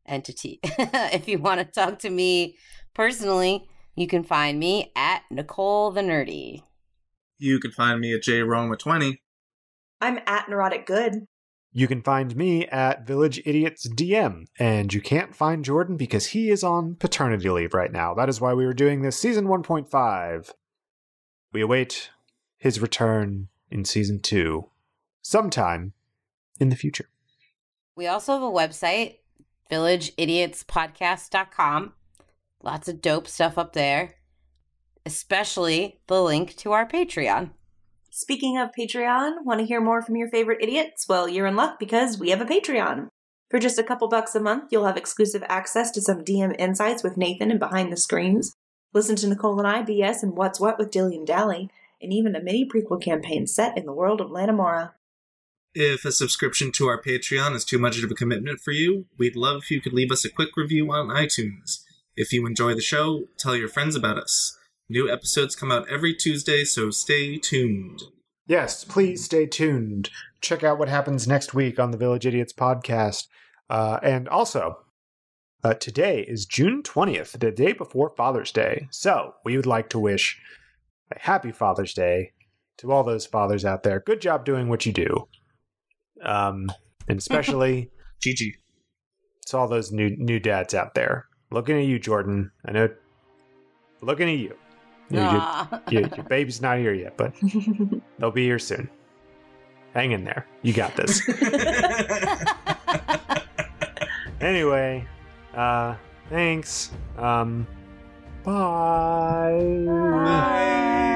entity. <laughs> if you want to talk to me personally, you can find me at Nicole the Nerdy.
You can find me at jroma20.
I'm at neurotic good.
You can find me at Village Idiots DM, and you can't find Jordan because he is on paternity leave right now. That is why we were doing this season 1.5. We await his return in season 2 sometime in the future.
We also have a website, villageidiotspodcast.com. Lots of dope stuff up there, especially the link to our Patreon.
Speaking of Patreon, want to hear more from your favorite idiots? Well, you're in luck because we have a Patreon. For just a couple bucks a month, you'll have exclusive access to some DM insights with Nathan and behind the screens. Listen to Nicole and I BS and What's What with Dilly and Dally, and even a mini prequel campaign set in the world of Lanamora.
If a subscription to our Patreon is too much of a commitment for you, we'd love if you could leave us a quick review on iTunes. If you enjoy the show, tell your friends about us. New episodes come out every Tuesday, so stay tuned.
Yes, please stay tuned. Check out what happens next week on the Village Idiots podcast. Uh, and also, uh, today is June 20th, the day before Father's Day. So we would like to wish a happy Father's Day to all those fathers out there. Good job doing what you do. Um, and especially
GG.
to all those new new dads out there. Looking at you, Jordan. I know. Looking at you. You- you-
Aw. <laughs>
your, your baby's not here yet, but they'll be here soon. Hang in there. You got this. anyway, uh, thanks. Um, bye.
Bye.